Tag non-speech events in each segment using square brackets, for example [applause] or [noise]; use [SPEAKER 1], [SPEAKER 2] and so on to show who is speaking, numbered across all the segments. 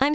[SPEAKER 1] I'm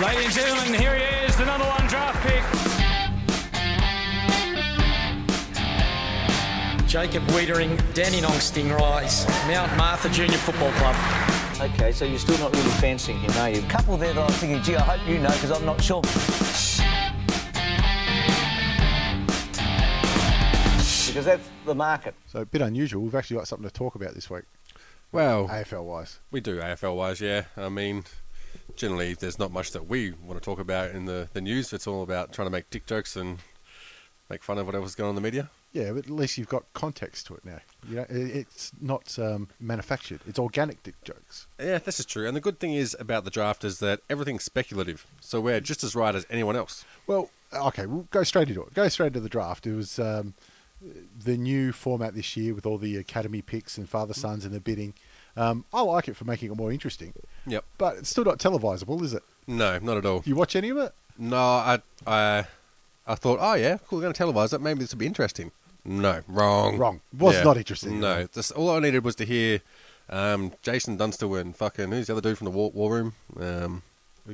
[SPEAKER 2] Ladies and gentlemen, here he is, the number one draft pick.
[SPEAKER 3] Jacob Wiedering, Danny Nongsting Rise, Mount Martha Junior Football Club.
[SPEAKER 4] Okay, so you're still not really fancying him, are you? Couple there that I'm thinking, gee, I hope you know because I'm not sure. Because that's the market.
[SPEAKER 5] So a bit unusual. We've actually got something to talk about this week,
[SPEAKER 6] Well,
[SPEAKER 5] AFL wise.
[SPEAKER 6] we do AFL wise, yeah. I mean, generally, there's not much that we want to talk about in the, the news. It's all about trying to make dick jokes and make fun of whatever's going on in the media.
[SPEAKER 5] Yeah, but at least you've got context to it now. You know, it- it's not um, manufactured. It's organic dick jokes.
[SPEAKER 6] Yeah, this is true. And the good thing is about the draft is that everything's speculative, so we're just as right as anyone else.
[SPEAKER 5] Well, okay, we'll go straight into it. Go straight into the draft. It was um, the new format this year with all the academy picks and father sons and the bidding. Um, I like it for making it more interesting,
[SPEAKER 6] Yep.
[SPEAKER 5] but it's still not televisable, is it?
[SPEAKER 6] No, not at all.
[SPEAKER 5] You watch any of it?
[SPEAKER 6] No, I, I, I thought, oh yeah, cool. We're going to televise it. Maybe this will be interesting. No, wrong.
[SPEAKER 5] Wrong. Was not interesting.
[SPEAKER 6] No, this, all I needed was to hear um, Jason Dunstall and fucking who's the other dude from the War, war Room. Um,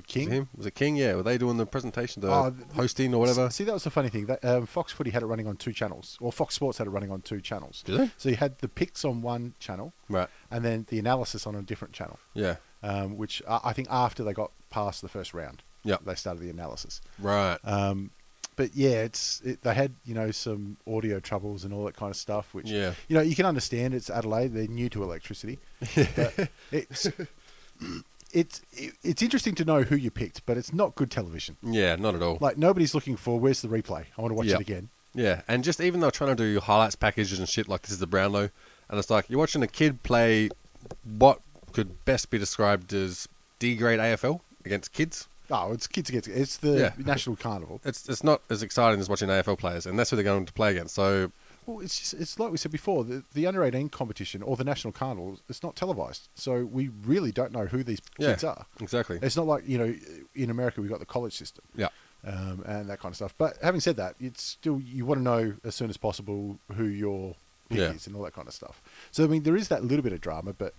[SPEAKER 5] King?
[SPEAKER 6] Was, it him? was it King? Yeah, were they doing the presentation, the
[SPEAKER 5] Oh, th-
[SPEAKER 6] hosting or whatever?
[SPEAKER 5] See, that was the funny thing. That, um, Fox Footy had it running on two channels, or Fox Sports had it running on two channels.
[SPEAKER 6] Did they?
[SPEAKER 5] So you had the picks on one channel,
[SPEAKER 6] Right.
[SPEAKER 5] and then the analysis on a different channel,
[SPEAKER 6] Yeah.
[SPEAKER 5] um, which I, I think after they got past the first round,
[SPEAKER 6] Yeah.
[SPEAKER 5] they started the analysis.
[SPEAKER 6] Right.
[SPEAKER 5] Um, but yeah, it's it, they had you know some audio troubles and all that kind of stuff, which
[SPEAKER 6] Yeah.
[SPEAKER 5] you know you can understand. It's Adelaide; they're new to electricity.
[SPEAKER 6] [laughs]
[SPEAKER 5] but it's it's it, it's interesting to know who you picked, but it's not good television.
[SPEAKER 6] yeah, not at all.
[SPEAKER 5] Like nobody's looking for where's the replay. I want to watch
[SPEAKER 6] Yeah.
[SPEAKER 5] it again.
[SPEAKER 6] yeah, and just even though trying to do highlights packages and shit like this is the Brownlow, and it's like you're watching a kid play what could best be described as D grade AFL against kids.
[SPEAKER 5] Oh, it's kids against it's the
[SPEAKER 6] Yeah.
[SPEAKER 5] national carnival.
[SPEAKER 6] It's it's not as exciting as watching AFL players, and that's who they're going to play against. So
[SPEAKER 5] Well, it's just, it's like we said before the, the under eighteen competition or the national carnival. It's not televised, so we really don't know who these
[SPEAKER 6] yeah,
[SPEAKER 5] kids are.
[SPEAKER 6] exactly.
[SPEAKER 5] It's not like you know in America we've got the college system.
[SPEAKER 6] yeah,
[SPEAKER 5] um, and that kind of stuff. But having said that, it's still you want to know as soon as possible who your pick
[SPEAKER 6] Yeah.
[SPEAKER 5] is and all that kind of stuff. So I mean, there is that little bit of drama, but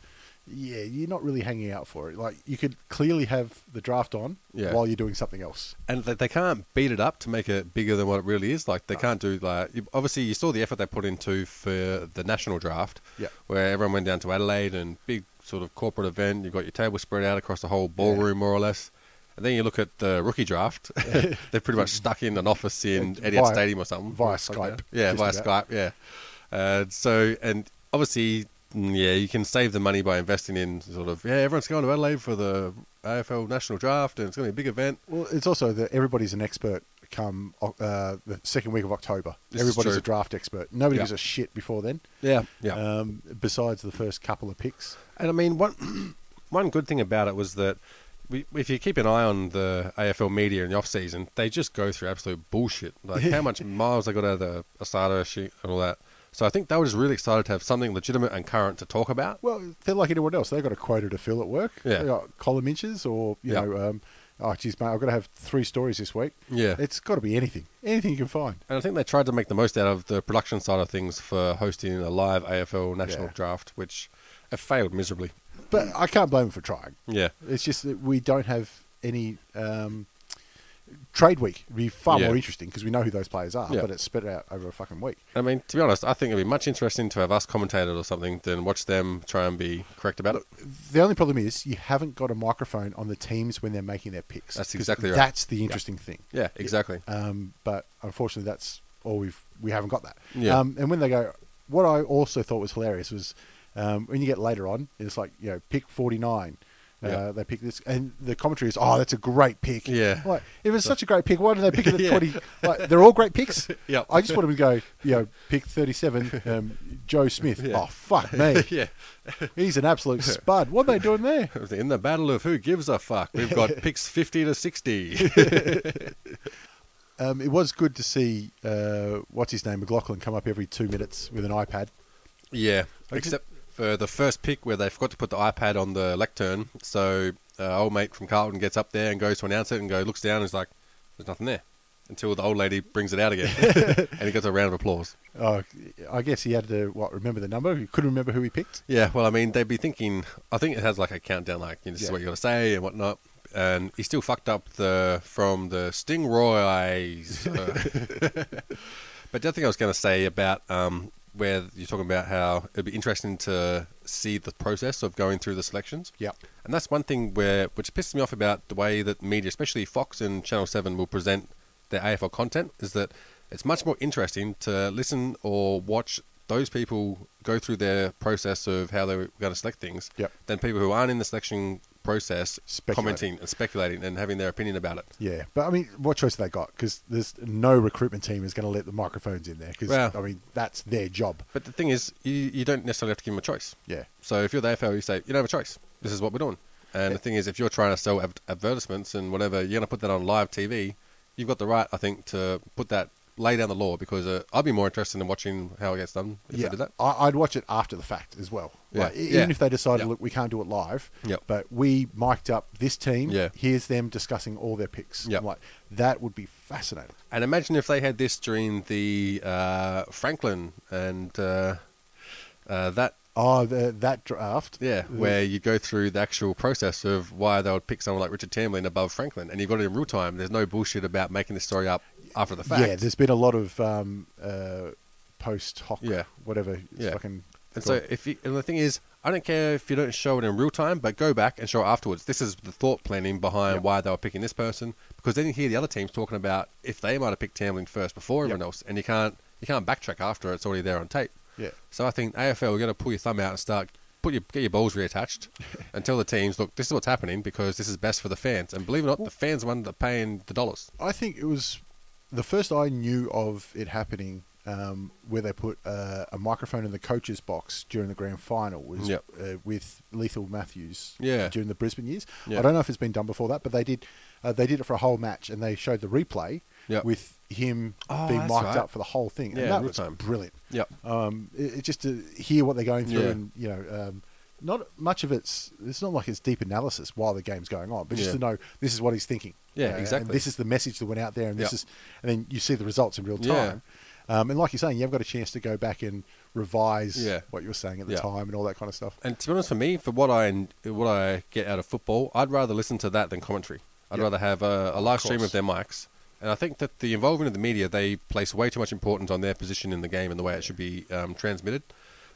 [SPEAKER 5] yeah, you're not really hanging out for it. Like you could clearly have the draft on
[SPEAKER 6] Yeah.
[SPEAKER 5] while you're doing something else.
[SPEAKER 6] and they, they can't beat it up to make it bigger than what it really is. Like they can't do like you- obviously you saw the effort they put into for the national draft,
[SPEAKER 5] Yeah.
[SPEAKER 6] where everyone went down to Adelaide and big sort of corporate event. You've got your table spread out across the whole ballroom more or less. And then you look at the rookie draft. [laughs] They're pretty much stuck in an office in
[SPEAKER 5] Yeah,
[SPEAKER 6] Etihad
[SPEAKER 5] via-
[SPEAKER 6] Stadium or something.
[SPEAKER 5] via
[SPEAKER 6] Something like
[SPEAKER 5] Skype,
[SPEAKER 6] that. Yeah,
[SPEAKER 5] just
[SPEAKER 6] via
[SPEAKER 5] about.
[SPEAKER 6] Skype. Yeah. Uh, so and obviously, mm, yeah, you can save the money by investing in sort of yeah, everyone's going to Adelaide for the AFL national draft, and it's going to be a big event.
[SPEAKER 5] Well, it's also that everybody's an expert come uh, the second week of October.
[SPEAKER 6] This is
[SPEAKER 5] everybody's
[SPEAKER 6] true.
[SPEAKER 5] a draft expert. Nobody
[SPEAKER 6] Yeah.
[SPEAKER 5] gives a shit before then.
[SPEAKER 6] Yeah, yeah.
[SPEAKER 5] Um, besides the first couple of picks.
[SPEAKER 6] Uh, And I mean, one [clears throat] one good thing about it was that we, if you keep an eye on the AFL media in the off season, they just go through absolute bullshit. Like [laughs] how much miles they got out of the Asada shit and all that. So I think they were just really excited to have something legitimate and current to talk about.
[SPEAKER 5] Well, they're like anyone else. They've got a quota to fill at work.
[SPEAKER 6] Yeah.
[SPEAKER 5] They've got column inches or, you
[SPEAKER 6] Yeah.
[SPEAKER 5] know, um, oh, geez, mate, I've got to have three stories this week.
[SPEAKER 6] Yeah.
[SPEAKER 5] It's got to be anything. Anything you can find.
[SPEAKER 6] And I think they tried to make the most out of the production side of things for hosting a live AFL national
[SPEAKER 5] Yeah.
[SPEAKER 6] draft, which it failed miserably.
[SPEAKER 5] But I can't blame them for trying.
[SPEAKER 6] Yeah.
[SPEAKER 5] It's just that we don't have any. Um, Trade week would be far
[SPEAKER 6] Yeah.
[SPEAKER 5] more interesting because we know who those players are,
[SPEAKER 6] Yeah.
[SPEAKER 5] but it's spread out over a fucking week.
[SPEAKER 6] I mean, to be honest, I think it'd be much interesting to have us commentate it or something than watch them try and be correct about it.
[SPEAKER 5] The only problem is you haven't got a microphone on the teams when they're making their picks.
[SPEAKER 6] That's
[SPEAKER 5] 'cause
[SPEAKER 6] exactly right.
[SPEAKER 5] That's the interesting thing.
[SPEAKER 6] Yeah, Uh, exactly.
[SPEAKER 5] um, but unfortunately that's all we've we haven't got that.
[SPEAKER 6] Yeah.
[SPEAKER 5] Um, and when they go, what I also thought was hilarious was um, when you get later on, it's like you know pick forty nine, Uh,
[SPEAKER 6] Yeah.
[SPEAKER 5] They pick this, and the commentary is, "Oh, that's a great pick."
[SPEAKER 6] Yeah.
[SPEAKER 5] I'm like if it's such a great pick, why did they pick it at
[SPEAKER 6] [laughs] Yeah.
[SPEAKER 5] twenty? Like, they're all great picks.
[SPEAKER 6] [laughs] Yep.
[SPEAKER 5] I just want them to go, you know, pick thirty-seven, um, Joe Smith.
[SPEAKER 6] [laughs] Yeah.
[SPEAKER 5] Oh fuck me,
[SPEAKER 6] [laughs] yeah.
[SPEAKER 5] he's an
[SPEAKER 6] [laughs]
[SPEAKER 5] absolute spud. What are they doing there?
[SPEAKER 6] In the battle of who gives a fuck, we've got picks 50 to 60.
[SPEAKER 5] Um, it was good to see uh, what's his name McLaughlin come up every two minutes with an iPad.
[SPEAKER 6] yeah. Except for the first pick where they forgot to put the iPad on the lectern. So uh, old mate from Carlton gets up there and goes to announce it and go looks down and is like, there's nothing there. Until the old lady brings it out again. [laughs] and he gets a round of applause.
[SPEAKER 5] Oh, I guess he had to what remember the number. He couldn't remember who he picked.
[SPEAKER 6] Yeah, well, I mean, they'd be thinking. I think it has like a countdown, like you know, this
[SPEAKER 5] Yeah.
[SPEAKER 6] is what you got to say and whatnot. And he still fucked up the from the Stingrays. Uh, [laughs] but the other thing I was going to say about um, where you're talking about how it'd be interesting to see the process of going through the selections.
[SPEAKER 5] Yep.
[SPEAKER 6] And that's one thing where which pisses me off about the way that media, especially Fox and Channel Seven, will present their AFL content is that it's much more interesting to listen or watch those people go through their process of how they were going to select things
[SPEAKER 5] Yep.
[SPEAKER 6] than people who aren't in the selection process
[SPEAKER 5] Speculating.
[SPEAKER 6] commenting and speculating and having their opinion about it.
[SPEAKER 5] Yeah, but I mean, what choice have they got? Because there's no recruitment team is going to let the microphones in there. Because
[SPEAKER 6] Well-
[SPEAKER 5] I mean, that's their job.
[SPEAKER 6] But the thing is, you, you don't necessarily have to give them a choice.
[SPEAKER 5] Yeah.
[SPEAKER 6] So if you're the AFL, you say, you don't have a choice. This is what we're doing. And the thing is, if you're trying to sell ad- advertisements and whatever, you're going to put that on live TV, you've got the right, I think, to put that, lay down the law because uh, I'd be more interested in watching how it gets done if they did that.
[SPEAKER 5] I, I'd watch it after the fact as well. Like,
[SPEAKER 6] Yeah.
[SPEAKER 5] e-
[SPEAKER 6] Yeah.
[SPEAKER 5] Even if they decided,
[SPEAKER 6] Yeah.
[SPEAKER 5] look, we can't do it live,
[SPEAKER 6] Yep.
[SPEAKER 5] but we mic'd up this team.
[SPEAKER 6] Yeah.
[SPEAKER 5] Here's them discussing all their picks.
[SPEAKER 6] Yep.
[SPEAKER 5] I'm like, that would be fascinating.
[SPEAKER 6] And imagine if they had this during the uh, Franklin and uh, uh, that,
[SPEAKER 5] Oh, the, that draft.
[SPEAKER 6] yeah, where you go through the actual process of why they would pick someone like Richard Tamlin above Franklin. And you've got it in real time. There's no bullshit about making this story up after the fact.
[SPEAKER 5] Yeah, there's been a lot of um, uh, post hoc,
[SPEAKER 6] Yeah.
[SPEAKER 5] whatever. It's
[SPEAKER 6] Yeah.
[SPEAKER 5] Fucking
[SPEAKER 6] And so, if you, and the thing is, I don't care if you don't show it in real time, but go back and show it afterwards. This is the thought planning behind why they were picking this person, because then you hear the other teams talking about if they might have picked Tamlin first before everyone else, and you can't you can't backtrack after it's already there on tape.
[SPEAKER 5] Yeah.
[SPEAKER 6] So I think AFL, we're going to pull your thumb out and start put your get your balls reattached and tell the teams, look, this is what's happening because this is best for the fans, and believe it or not, the fans are the one that are paying the dollars.
[SPEAKER 5] I think it was the first I knew of it happening um, where they put uh, a microphone in the coach's box during the grand final was
[SPEAKER 6] Yep.
[SPEAKER 5] uh, with Lethal Matthews uh,
[SPEAKER 6] Yeah.
[SPEAKER 5] during the Brisbane years.
[SPEAKER 6] Yeah.
[SPEAKER 5] I don't know if it's been done before that, but they did uh, they did it for a whole match and they showed the replay
[SPEAKER 6] Yep.
[SPEAKER 5] with him
[SPEAKER 6] Oh,
[SPEAKER 5] being
[SPEAKER 6] that's
[SPEAKER 5] mic'd
[SPEAKER 6] right.
[SPEAKER 5] up for the whole thing,
[SPEAKER 6] Yeah,
[SPEAKER 5] and that
[SPEAKER 6] real
[SPEAKER 5] was
[SPEAKER 6] time.
[SPEAKER 5] brilliant.
[SPEAKER 6] Yep.
[SPEAKER 5] Um, it, it- just to hear what they're going through
[SPEAKER 6] Yeah.
[SPEAKER 5] and you know. Um, not much of it's. It's not like it's deep analysis while the game's going on, but just
[SPEAKER 6] Yeah.
[SPEAKER 5] to know this is what he's thinking.
[SPEAKER 6] Yeah,
[SPEAKER 5] you know, and
[SPEAKER 6] exactly.
[SPEAKER 5] This is is the message that went out there, and this
[SPEAKER 6] Yeah.
[SPEAKER 5] is, and then you see the results in real
[SPEAKER 6] Yeah.
[SPEAKER 5] time. Um, and like you're saying, you've got a chance to go back and revise
[SPEAKER 6] Yeah.
[SPEAKER 5] what you were saying at the
[SPEAKER 6] Yeah.
[SPEAKER 5] time and all that kind of stuff.
[SPEAKER 6] And to be honest, for me, for what I what I get out of football, I'd rather listen to that than commentary. I'd
[SPEAKER 5] Yeah.
[SPEAKER 6] rather have a, a live stream
[SPEAKER 5] course.
[SPEAKER 6] of their mics. And I think that the involvement of the media, they place way too much importance on their position in the game and the way it should be um, transmitted.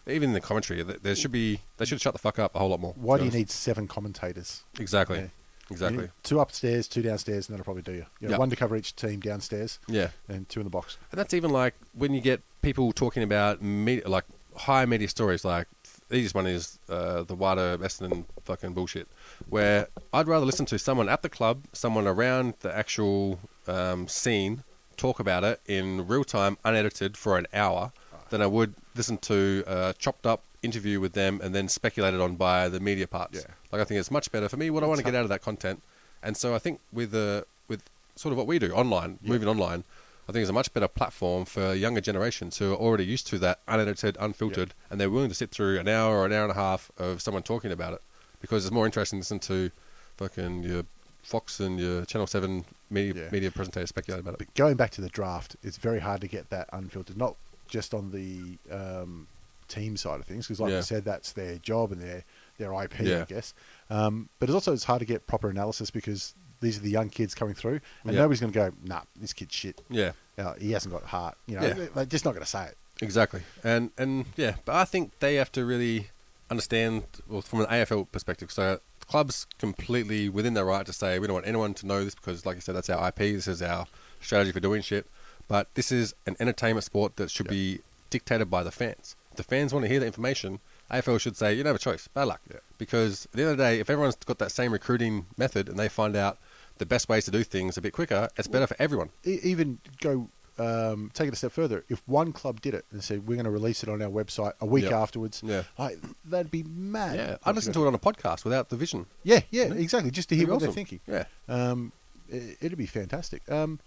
[SPEAKER 6] Even in the commentary, th- there should be they should shut the fuck up a whole lot more.
[SPEAKER 5] Why
[SPEAKER 6] to
[SPEAKER 5] do you
[SPEAKER 6] be honest.
[SPEAKER 5] need seven commentators?
[SPEAKER 6] exactly,
[SPEAKER 5] Yeah. You
[SPEAKER 6] exactly?
[SPEAKER 5] need two upstairs, two downstairs, and that'll probably do you. you know,
[SPEAKER 6] Yeah.
[SPEAKER 5] One to cover each team downstairs,
[SPEAKER 6] Yeah.
[SPEAKER 5] and two in the box.
[SPEAKER 6] And that's even like when you get people talking about media, like high media stories, like the easiest one is uh, the wider Essendon fucking bullshit, where I'd rather listen to someone at the club, someone around the actual um, scene talk about it in real time, unedited for an hour, than I would listen to a chopped up interview with them and then speculated on by the media parts.
[SPEAKER 5] Yeah.
[SPEAKER 6] Like I think it's much better for me. What I want to get out of that content, and so I think with uh, with sort of what we do online, moving online, I think it's a much better platform for younger generations who are already used to that unedited, unfiltered, and they're willing to sit through an hour or an hour and a half of someone talking about it because it's more interesting to listen to fucking your Fox and your Channel Seven media
[SPEAKER 5] Yeah.
[SPEAKER 6] media presentators speculate about it.
[SPEAKER 5] But going back to the draft, it's very hard to get that unfiltered. Not just on the um, team side of things, because like
[SPEAKER 6] Yeah.
[SPEAKER 5] you said, that's their job and their their IP, I
[SPEAKER 6] Yeah.
[SPEAKER 5] guess. Um, but it's also it's hard to get proper analysis because these are the young kids coming through, and
[SPEAKER 6] Yeah.
[SPEAKER 5] nobody's going to go, "Nah, this kid's shit.
[SPEAKER 6] Yeah.
[SPEAKER 5] Uh, he hasn't got heart." You know,
[SPEAKER 6] Yeah.
[SPEAKER 5] they- they're just not going to say it.
[SPEAKER 6] Exactly, and and yeah, but I think they have to really understand well, from an AFL perspective. So the clubs completely within their right to say we don't want anyone to know this because, like I said, that's our IP. This is our strategy for doing shit. But this is an entertainment sport that should be dictated by the fans. If the fans want to hear the information, AFL should say you don't have a choice. Bad luck. Because at the end of the day, if everyone's got that same recruiting method and they find out the best ways to do things a bit quicker, it's better for everyone.
[SPEAKER 5] e- even go um, take it a step further. If one club did it and said we're going to release it on our website a week
[SPEAKER 6] Yeah.
[SPEAKER 5] afterwards,
[SPEAKER 6] Yeah.
[SPEAKER 5] like that'd be mad.
[SPEAKER 6] Yeah, I listen to it on a podcast without the vision.
[SPEAKER 5] Yeah, yeah, exactly. Just to hear
[SPEAKER 6] It'd be
[SPEAKER 5] what
[SPEAKER 6] awesome.
[SPEAKER 5] they're thinking.
[SPEAKER 6] Yeah.
[SPEAKER 5] Um, it, it'd be fantastic. Um,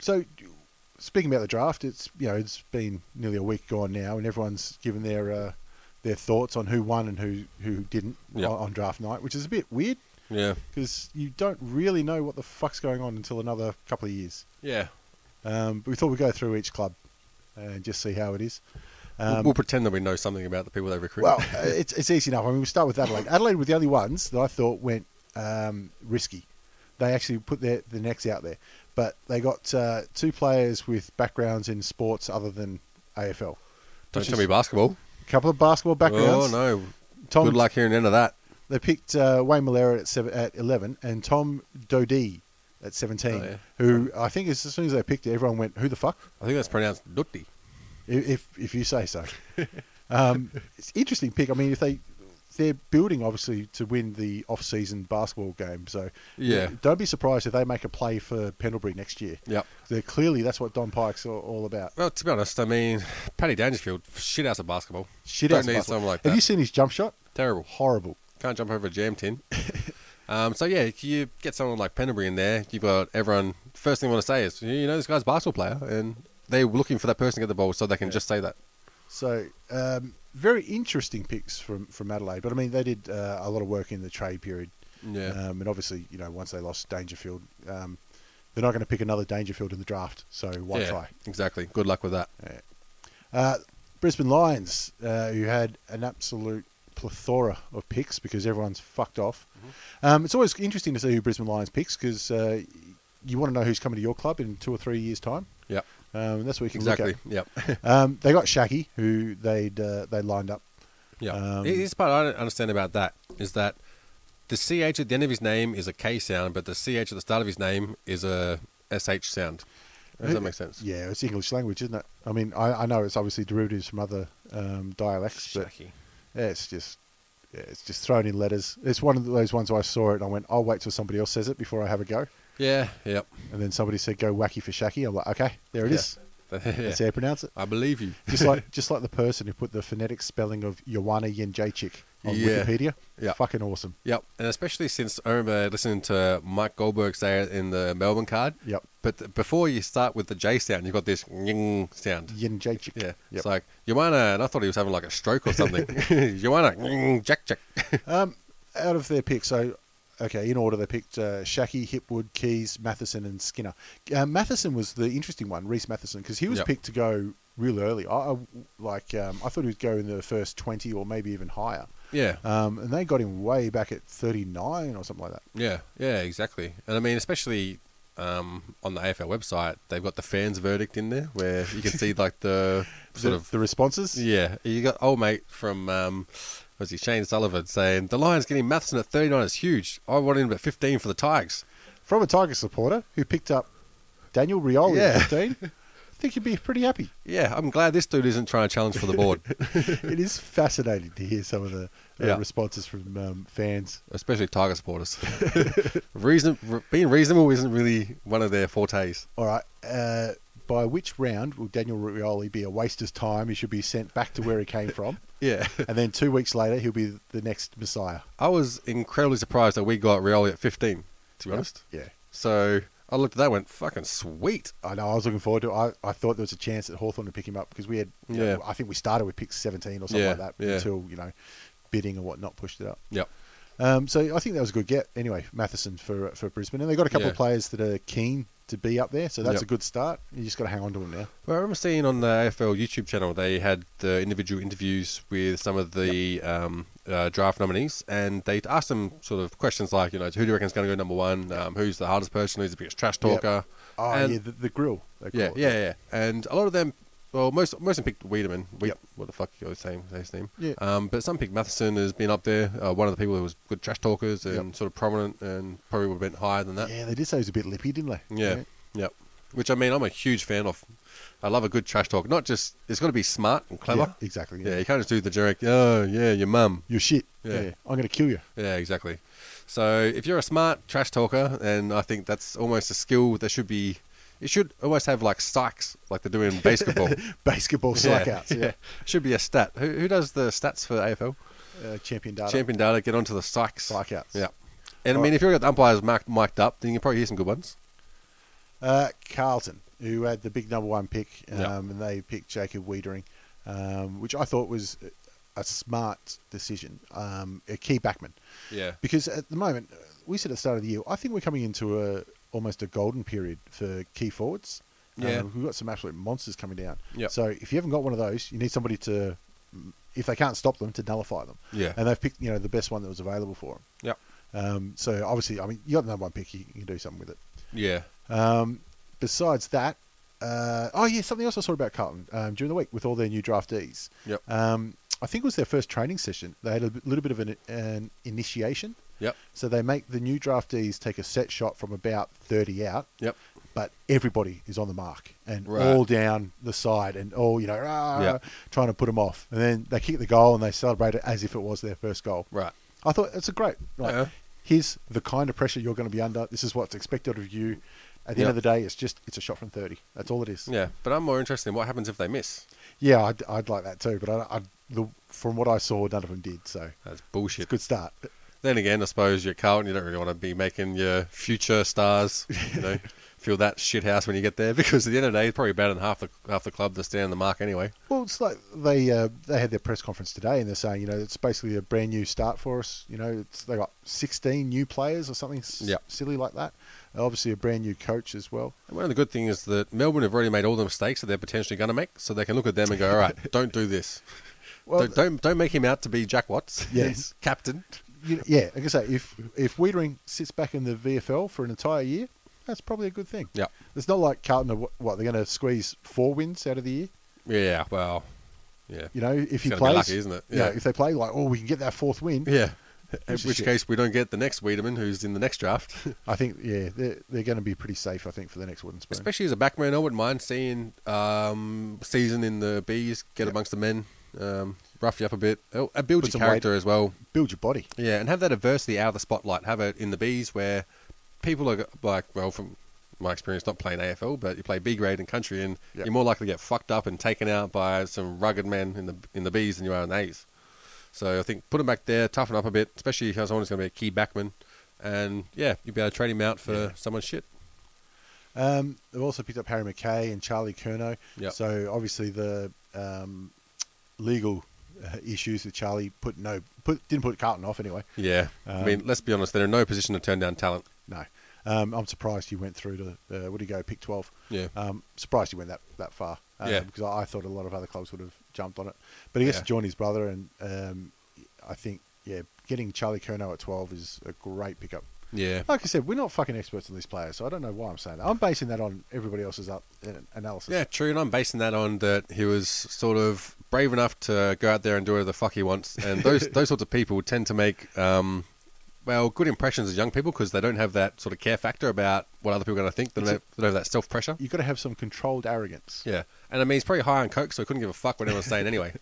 [SPEAKER 5] so speaking about the draft, it's you know it's been nearly a week gone now, and everyone's given their uh, their thoughts on who won and who who didn't
[SPEAKER 6] Yeah.
[SPEAKER 5] on, on draft night, which is a bit weird
[SPEAKER 6] Yeah,
[SPEAKER 5] because you don't really know what the fuck's going on until another couple of years.
[SPEAKER 6] yeah.
[SPEAKER 5] Um, but we thought we'd go through each club and just see how it is.
[SPEAKER 6] We'll- we'll, pretend that we know something about the people they recruit.
[SPEAKER 5] Um, Well, uh, it's, it's easy enough. I mean, we'll start with Adelaide. Adelaide were the only ones that I thought went um, risky. They actually put their, their necks out there. But they got uh, two players with backgrounds in sports other than AFL.
[SPEAKER 6] don't
[SPEAKER 5] which is
[SPEAKER 6] tell me basketball.
[SPEAKER 5] A couple of basketball
[SPEAKER 6] Oh
[SPEAKER 5] backgrounds.
[SPEAKER 6] no.
[SPEAKER 5] Tom-
[SPEAKER 6] Good luck hearing the end of that.
[SPEAKER 5] They picked uh, Wayne Malera at, seven, at 11 and Tom Dodie at 17,
[SPEAKER 6] Oh, yeah.
[SPEAKER 5] who I think as soon as they picked it, everyone went, who the fuck?
[SPEAKER 6] I think that's pronounced Dutti.
[SPEAKER 5] if if- if you say
[SPEAKER 6] [laughs]
[SPEAKER 5] so. um, it's an interesting pick. I mean, if they they're building obviously to win the off-season basketball game, so
[SPEAKER 6] Yeah.
[SPEAKER 5] don't be surprised if they make a play for Pendlebury next year.
[SPEAKER 6] Yep.
[SPEAKER 5] they're clearly that's what Don Pike's all, all about.
[SPEAKER 6] Well, to be honest, I mean, Paddy Dangerfield, shit house of basketball.
[SPEAKER 5] Shit,
[SPEAKER 6] Don't
[SPEAKER 5] house
[SPEAKER 6] need
[SPEAKER 5] basketball.
[SPEAKER 6] someone like
[SPEAKER 5] Have you
[SPEAKER 6] that.
[SPEAKER 5] seen his jump shot?
[SPEAKER 6] Terrible.
[SPEAKER 5] Horrible.
[SPEAKER 6] Can't jump over a jam tin.
[SPEAKER 5] [laughs]
[SPEAKER 6] um, so yeah, if you get someone like Penderbury in there, you've got everyone. First thing I want to say is, you know, this guy's a basketball player, and they're looking for that person to get the ball, so they can just say that.
[SPEAKER 5] So um, very interesting picks from from Adelaide, but I mean they did uh, a lot of work in the trade period.
[SPEAKER 6] Yeah.
[SPEAKER 5] um, and obviously you know once they lost Dangerfield, um, they're not going to pick another Dangerfield in the draft. So why
[SPEAKER 6] yeah,
[SPEAKER 5] try?
[SPEAKER 6] Exactly. Good luck with that.
[SPEAKER 5] Uh, Brisbane Lions, uh, who had an absolute plethora of picks because everyone's fucked off.
[SPEAKER 6] Mm-hmm.
[SPEAKER 5] Um, it's always interesting to see who Brisbane Lions picks because uh, you want to know who's coming to your club in two or three years' time.
[SPEAKER 6] Yep.
[SPEAKER 5] Um, that's what you can
[SPEAKER 6] Exactly. [laughs]
[SPEAKER 5] look
[SPEAKER 6] Yep.
[SPEAKER 5] at. Um, they got Shaggy, who they'd uh, they lined up.
[SPEAKER 6] Yeah.
[SPEAKER 5] Um,
[SPEAKER 6] Here's the part I don't understand about that is that the CH at the end of his name is a K sound, but the CH at the start of his name is a SH sound. Does that make sense?
[SPEAKER 5] Uh, Yeah, it's English language, isn't it? I mean, I, I know it's obviously derivatives from other um, dialects, but
[SPEAKER 6] Shaggy.
[SPEAKER 5] yeah, it's just yeah, it's just thrown in letters. It's one of those ones I saw it and I went, I'll wait till somebody else says it before I have a go.
[SPEAKER 6] Yeah. Yep. [laughs]
[SPEAKER 5] And then somebody said, "Go wacky for Shaki." I'm like, "Okay, there it
[SPEAKER 6] Yeah.
[SPEAKER 5] is.
[SPEAKER 6] yeah.
[SPEAKER 5] That's how you pronounce it."
[SPEAKER 6] I believe you.
[SPEAKER 5] [laughs]
[SPEAKER 6] [laughs]
[SPEAKER 5] Just like just like the person who put the phonetic spelling of Joanna Jędrzejczyk on
[SPEAKER 6] Yeah.
[SPEAKER 5] Wikipedia.
[SPEAKER 6] Yeah.
[SPEAKER 5] fucking awesome.
[SPEAKER 6] Yep, and especially since I remember listening to Mike Goldberg say it in the Melbourne card.
[SPEAKER 5] Yep.
[SPEAKER 6] But th- before you start with the J sound, you've got this ying sound.
[SPEAKER 5] Jędrzejczyk.
[SPEAKER 6] Yeah.
[SPEAKER 5] Yep.
[SPEAKER 6] It's like, Joanna, and I thought he was having like a stroke or
[SPEAKER 5] [laughs]
[SPEAKER 6] something. [laughs] Joanna, ying, jack, jack.
[SPEAKER 5] Out of their picks, so okay, in order they picked uh, Shaki, Hipwood, Keys, Matheson, and Skinner. Uh, Matheson was the interesting one, Reese Matheson, because he was
[SPEAKER 6] Yep.
[SPEAKER 5] picked to go real early. I, I like um, I thought he would go in the first twenty or maybe even higher.
[SPEAKER 6] Yeah.
[SPEAKER 5] Um, and they got him way back at thirty nine or something like that.
[SPEAKER 6] Yeah, yeah, exactly. And I mean, especially um, on the AFL website, they've got the fans' verdict in there where you can see like the sort
[SPEAKER 5] the,
[SPEAKER 6] of
[SPEAKER 5] the responses.
[SPEAKER 6] yeah. You got old mate from um, was he Shane Sullivan saying the Lions getting Matheson at thirty nine is huge. I want him at fifteen for the Tigers.
[SPEAKER 5] from a Tiger supporter who picked up Daniel Rioli
[SPEAKER 6] Yeah.
[SPEAKER 5] at 15, I think you'd be pretty happy.
[SPEAKER 6] [laughs] Yeah, I'm glad this dude isn't trying to challenge for the board,
[SPEAKER 5] It is fascinating to hear some of the uh,
[SPEAKER 6] Yeah.
[SPEAKER 5] responses from um, fans.
[SPEAKER 6] especially Tiger supporters. [laughs] Reason re- being reasonable isn't really one of their fortes.
[SPEAKER 5] All right. Uh, by which round will Daniel Rioli be a waste of time? He should be sent back to where he came
[SPEAKER 6] [laughs]
[SPEAKER 5] from.
[SPEAKER 6] Yeah,
[SPEAKER 5] And then two weeks later, he'll be the next Messiah.
[SPEAKER 6] I was incredibly surprised that we got Rioli at fifteen. To be honest,
[SPEAKER 5] Yeah.
[SPEAKER 6] So I looked at that and went, fucking sweet.
[SPEAKER 5] I know. I was looking forward to it. I, I thought there was a chance that Hawthorn would pick him up because we had,
[SPEAKER 6] Yeah.
[SPEAKER 5] I think we started with pick 17 or something
[SPEAKER 6] Yeah,
[SPEAKER 5] like that
[SPEAKER 6] yeah.
[SPEAKER 5] until, you know, bidding and whatnot pushed it up.
[SPEAKER 6] Yep.
[SPEAKER 5] Um, so I think that was a good get. Anyway, Matheson for for Brisbane, and they've got a couple
[SPEAKER 6] Yeah.
[SPEAKER 5] of players that are keen to be up there, so that's
[SPEAKER 6] Yep.
[SPEAKER 5] a good start. You just got to hang on to them now.
[SPEAKER 6] Well, I remember seeing on the AFL YouTube channel they had the individual interviews with some of the um, uh, draft nominees, and they asked them sort of questions like, you know, who do you reckon is going to go number one? Um, who's the hardest person? Who's the biggest trash
[SPEAKER 5] Yep.
[SPEAKER 6] talker?
[SPEAKER 5] Oh
[SPEAKER 6] And-
[SPEAKER 5] yeah, the, the grill. They call
[SPEAKER 6] yeah,
[SPEAKER 5] it.
[SPEAKER 6] yeah, yeah. And a lot of them, well, most most of them picked Wiedemann. Whe-
[SPEAKER 5] Yep.
[SPEAKER 6] What the fuck you always saying his name?
[SPEAKER 5] Yeah.
[SPEAKER 6] Um, but some picked Matheson as being up there, uh, one of the people who was good trash talkers and
[SPEAKER 5] Yep.
[SPEAKER 6] sort of prominent, and probably would have been higher than that.
[SPEAKER 5] Yeah, they did say he was a bit lippy, didn't they?
[SPEAKER 6] Yeah. Yep. which I mean, I'm a huge fan of. I love a good trash talk. Not just it's got to be smart and clever.
[SPEAKER 5] Yeah, exactly,
[SPEAKER 6] Yeah.
[SPEAKER 5] yeah.
[SPEAKER 6] you can't just do the generic. Oh yeah, your mum.
[SPEAKER 5] You're shit.
[SPEAKER 6] Yeah.
[SPEAKER 5] I'm going to kill you. [laughs]
[SPEAKER 6] Yeah, exactly. So if you're a smart trash talker, and I think that's almost a skill that should be. It should almost have like psychs, like they do in
[SPEAKER 5] [laughs]
[SPEAKER 6] basketball.
[SPEAKER 5] Basketball psychouts. Yeah.
[SPEAKER 6] Should be a stat. Who, who does the stats for AFL?
[SPEAKER 5] Uh, champion data.
[SPEAKER 6] Champion data, get onto the psychs.
[SPEAKER 5] Psychouts.
[SPEAKER 6] Yeah. And I mean, if you've got the umpires marked, mic'd up, then you can probably hear some good ones.
[SPEAKER 5] Uh, Carlton, who had the big number one pick, um,
[SPEAKER 6] Yeah.
[SPEAKER 5] and they picked Jacob Wiedering, um, which I thought was a- a smart decision, um, a key backman.
[SPEAKER 6] Yeah.
[SPEAKER 5] Because at the moment, uh, we said at the start of the year, I think we're coming into a almost a golden period for key forwards.
[SPEAKER 6] Yeah.
[SPEAKER 5] Um, we've got some absolute monsters coming down.
[SPEAKER 6] Yep.
[SPEAKER 5] So if you haven't got one of those, you need somebody to, if they can't stop them, to nullify them.
[SPEAKER 6] Yeah.
[SPEAKER 5] And they've picked, you know, the best one that was available for them.
[SPEAKER 6] Yep.
[SPEAKER 5] Um, so obviously, I mean, you got the number one pick, you can do something with it.
[SPEAKER 6] Yeah.
[SPEAKER 5] Um, besides that, uh, oh yeah, something else I saw about Carlton um, during the week with all their new draftees.
[SPEAKER 6] Yep.
[SPEAKER 5] Um, I think it was their first training session. They had a bit- little bit of an, an initiation,
[SPEAKER 6] Yep.
[SPEAKER 5] so they make the new draftees take a set shot from about thirty out.
[SPEAKER 6] Yep.
[SPEAKER 5] But everybody is on the mark and
[SPEAKER 6] Right.
[SPEAKER 5] all down the side and all you know, rah,
[SPEAKER 6] Yep.
[SPEAKER 5] trying to put them off. And then they kick the goal and they celebrate it as if it was their first goal.
[SPEAKER 6] Right.
[SPEAKER 5] I thought it's a great. Like,
[SPEAKER 6] Yeah.
[SPEAKER 5] Here's the kind of pressure you're going to be under. This is what's expected of you. At the
[SPEAKER 6] Yeah.
[SPEAKER 5] end of the day, it's just it's a shot from thirty. That's all it is.
[SPEAKER 6] Yeah. But I'm more interested in what happens if they miss.
[SPEAKER 5] Yeah, I'd, I'd like that too. But I, I, the, from what I saw, none of them did. So
[SPEAKER 6] That's
[SPEAKER 5] it's a
[SPEAKER 6] bullshit.
[SPEAKER 5] good start.
[SPEAKER 6] Then again, I suppose you're Carlton, you don't really want to be making your future stars,
[SPEAKER 5] [laughs]
[SPEAKER 6] you know, feel that shit house when you get there because at the end of the day, it's probably better than half the half the club to stay on the mark anyway.
[SPEAKER 5] Well, it's like they uh, they had their press conference today, and they're saying, you know, it's basically a brand new start for us. You know, it's they got sixteen new players or something s-
[SPEAKER 6] Yep.
[SPEAKER 5] silly like that. And obviously, a brand new coach as well.
[SPEAKER 6] And one of the good things is that Melbourne have already made all the mistakes that they're potentially going to make, so they can look at them and go, all
[SPEAKER 5] [laughs]
[SPEAKER 6] right, don't do this.
[SPEAKER 5] Well,
[SPEAKER 6] don't, don't don't make him out to be Jack Watts,
[SPEAKER 5] Yes.
[SPEAKER 6] captain.
[SPEAKER 5] You, yeah, like I say, if if Wiedering sits back in the VFL for an entire year, that's probably a good thing.
[SPEAKER 6] Yeah.
[SPEAKER 5] It's not like Carlton are what, what they're going to squeeze four wins out of the year.
[SPEAKER 6] Yeah, well, yeah,
[SPEAKER 5] You know, if he
[SPEAKER 6] gonna be
[SPEAKER 5] plays,
[SPEAKER 6] lucky, isn't it?
[SPEAKER 5] Yeah.
[SPEAKER 6] Yeah.
[SPEAKER 5] if they play like, oh, we can get that fourth win.
[SPEAKER 6] yeah. In
[SPEAKER 5] Which is
[SPEAKER 6] which
[SPEAKER 5] shit.
[SPEAKER 6] case, we don't get the next Wiedemann who's in the next draft.
[SPEAKER 5] I think yeah, they're, they're going to be pretty safe. I think for the next wooden spoon.
[SPEAKER 6] Especially as a backman, I wouldn't mind seeing um, season in the Bs, get amongst the men, um, rough you up a bit, oh, uh, build
[SPEAKER 5] Put
[SPEAKER 6] your
[SPEAKER 5] some
[SPEAKER 6] character
[SPEAKER 5] weight-
[SPEAKER 6] as well.
[SPEAKER 5] Build your body.
[SPEAKER 6] Yeah, and have that adversity out of the spotlight. Have it in the Bs where people are like, well, from my experience, not playing AFL, but you play B grade in country, and
[SPEAKER 5] Yeah.
[SPEAKER 6] you're more likely to get fucked up and taken out by some rugged men in the in the Bs than you are in the As. So I think put him back there, toughen up a bit, especially if someone who's going to be a key backman, and yeah, you'd be able to trade him out for someone's shit.
[SPEAKER 5] Um, they've also picked up Harry McKay and Charlie Kerno.
[SPEAKER 6] Yep.
[SPEAKER 5] So obviously the um, legal uh, issues with Charlie put no put didn't put Carlton off anyway.
[SPEAKER 6] Yeah, I mean, let's be honest, they're in no position to turn down talent.
[SPEAKER 5] No. Um, I'm surprised you went through to, uh, what do you go, pick 12?
[SPEAKER 6] Yeah.
[SPEAKER 5] Um, surprised you went that, that far. Um,
[SPEAKER 6] Yeah.
[SPEAKER 5] Because I, I thought a lot of other clubs would have jumped on it. But I guess
[SPEAKER 6] Yeah.
[SPEAKER 5] to join his brother, and um, I think, yeah, getting Charlie Kerno at 12 is a great pickup.
[SPEAKER 6] Yeah,
[SPEAKER 5] Like I said, we're not fucking experts on these players, so I don't know why I'm saying that. I'm basing that on everybody else's up, uh, analysis.
[SPEAKER 6] yeah, true. And I'm basing that on that he was sort of brave enough to go out there and do whatever the fuck he wants. And those those sorts of people tend to make um, well good impressions as young people because they don't have that sort of care factor about what other people are going to think. They don't, have, they don't have that self pressure.
[SPEAKER 5] You've got to have some controlled arrogance.
[SPEAKER 6] Yeah, and I mean he's probably high on coke, so he couldn't give a fuck what anyone's saying anyway.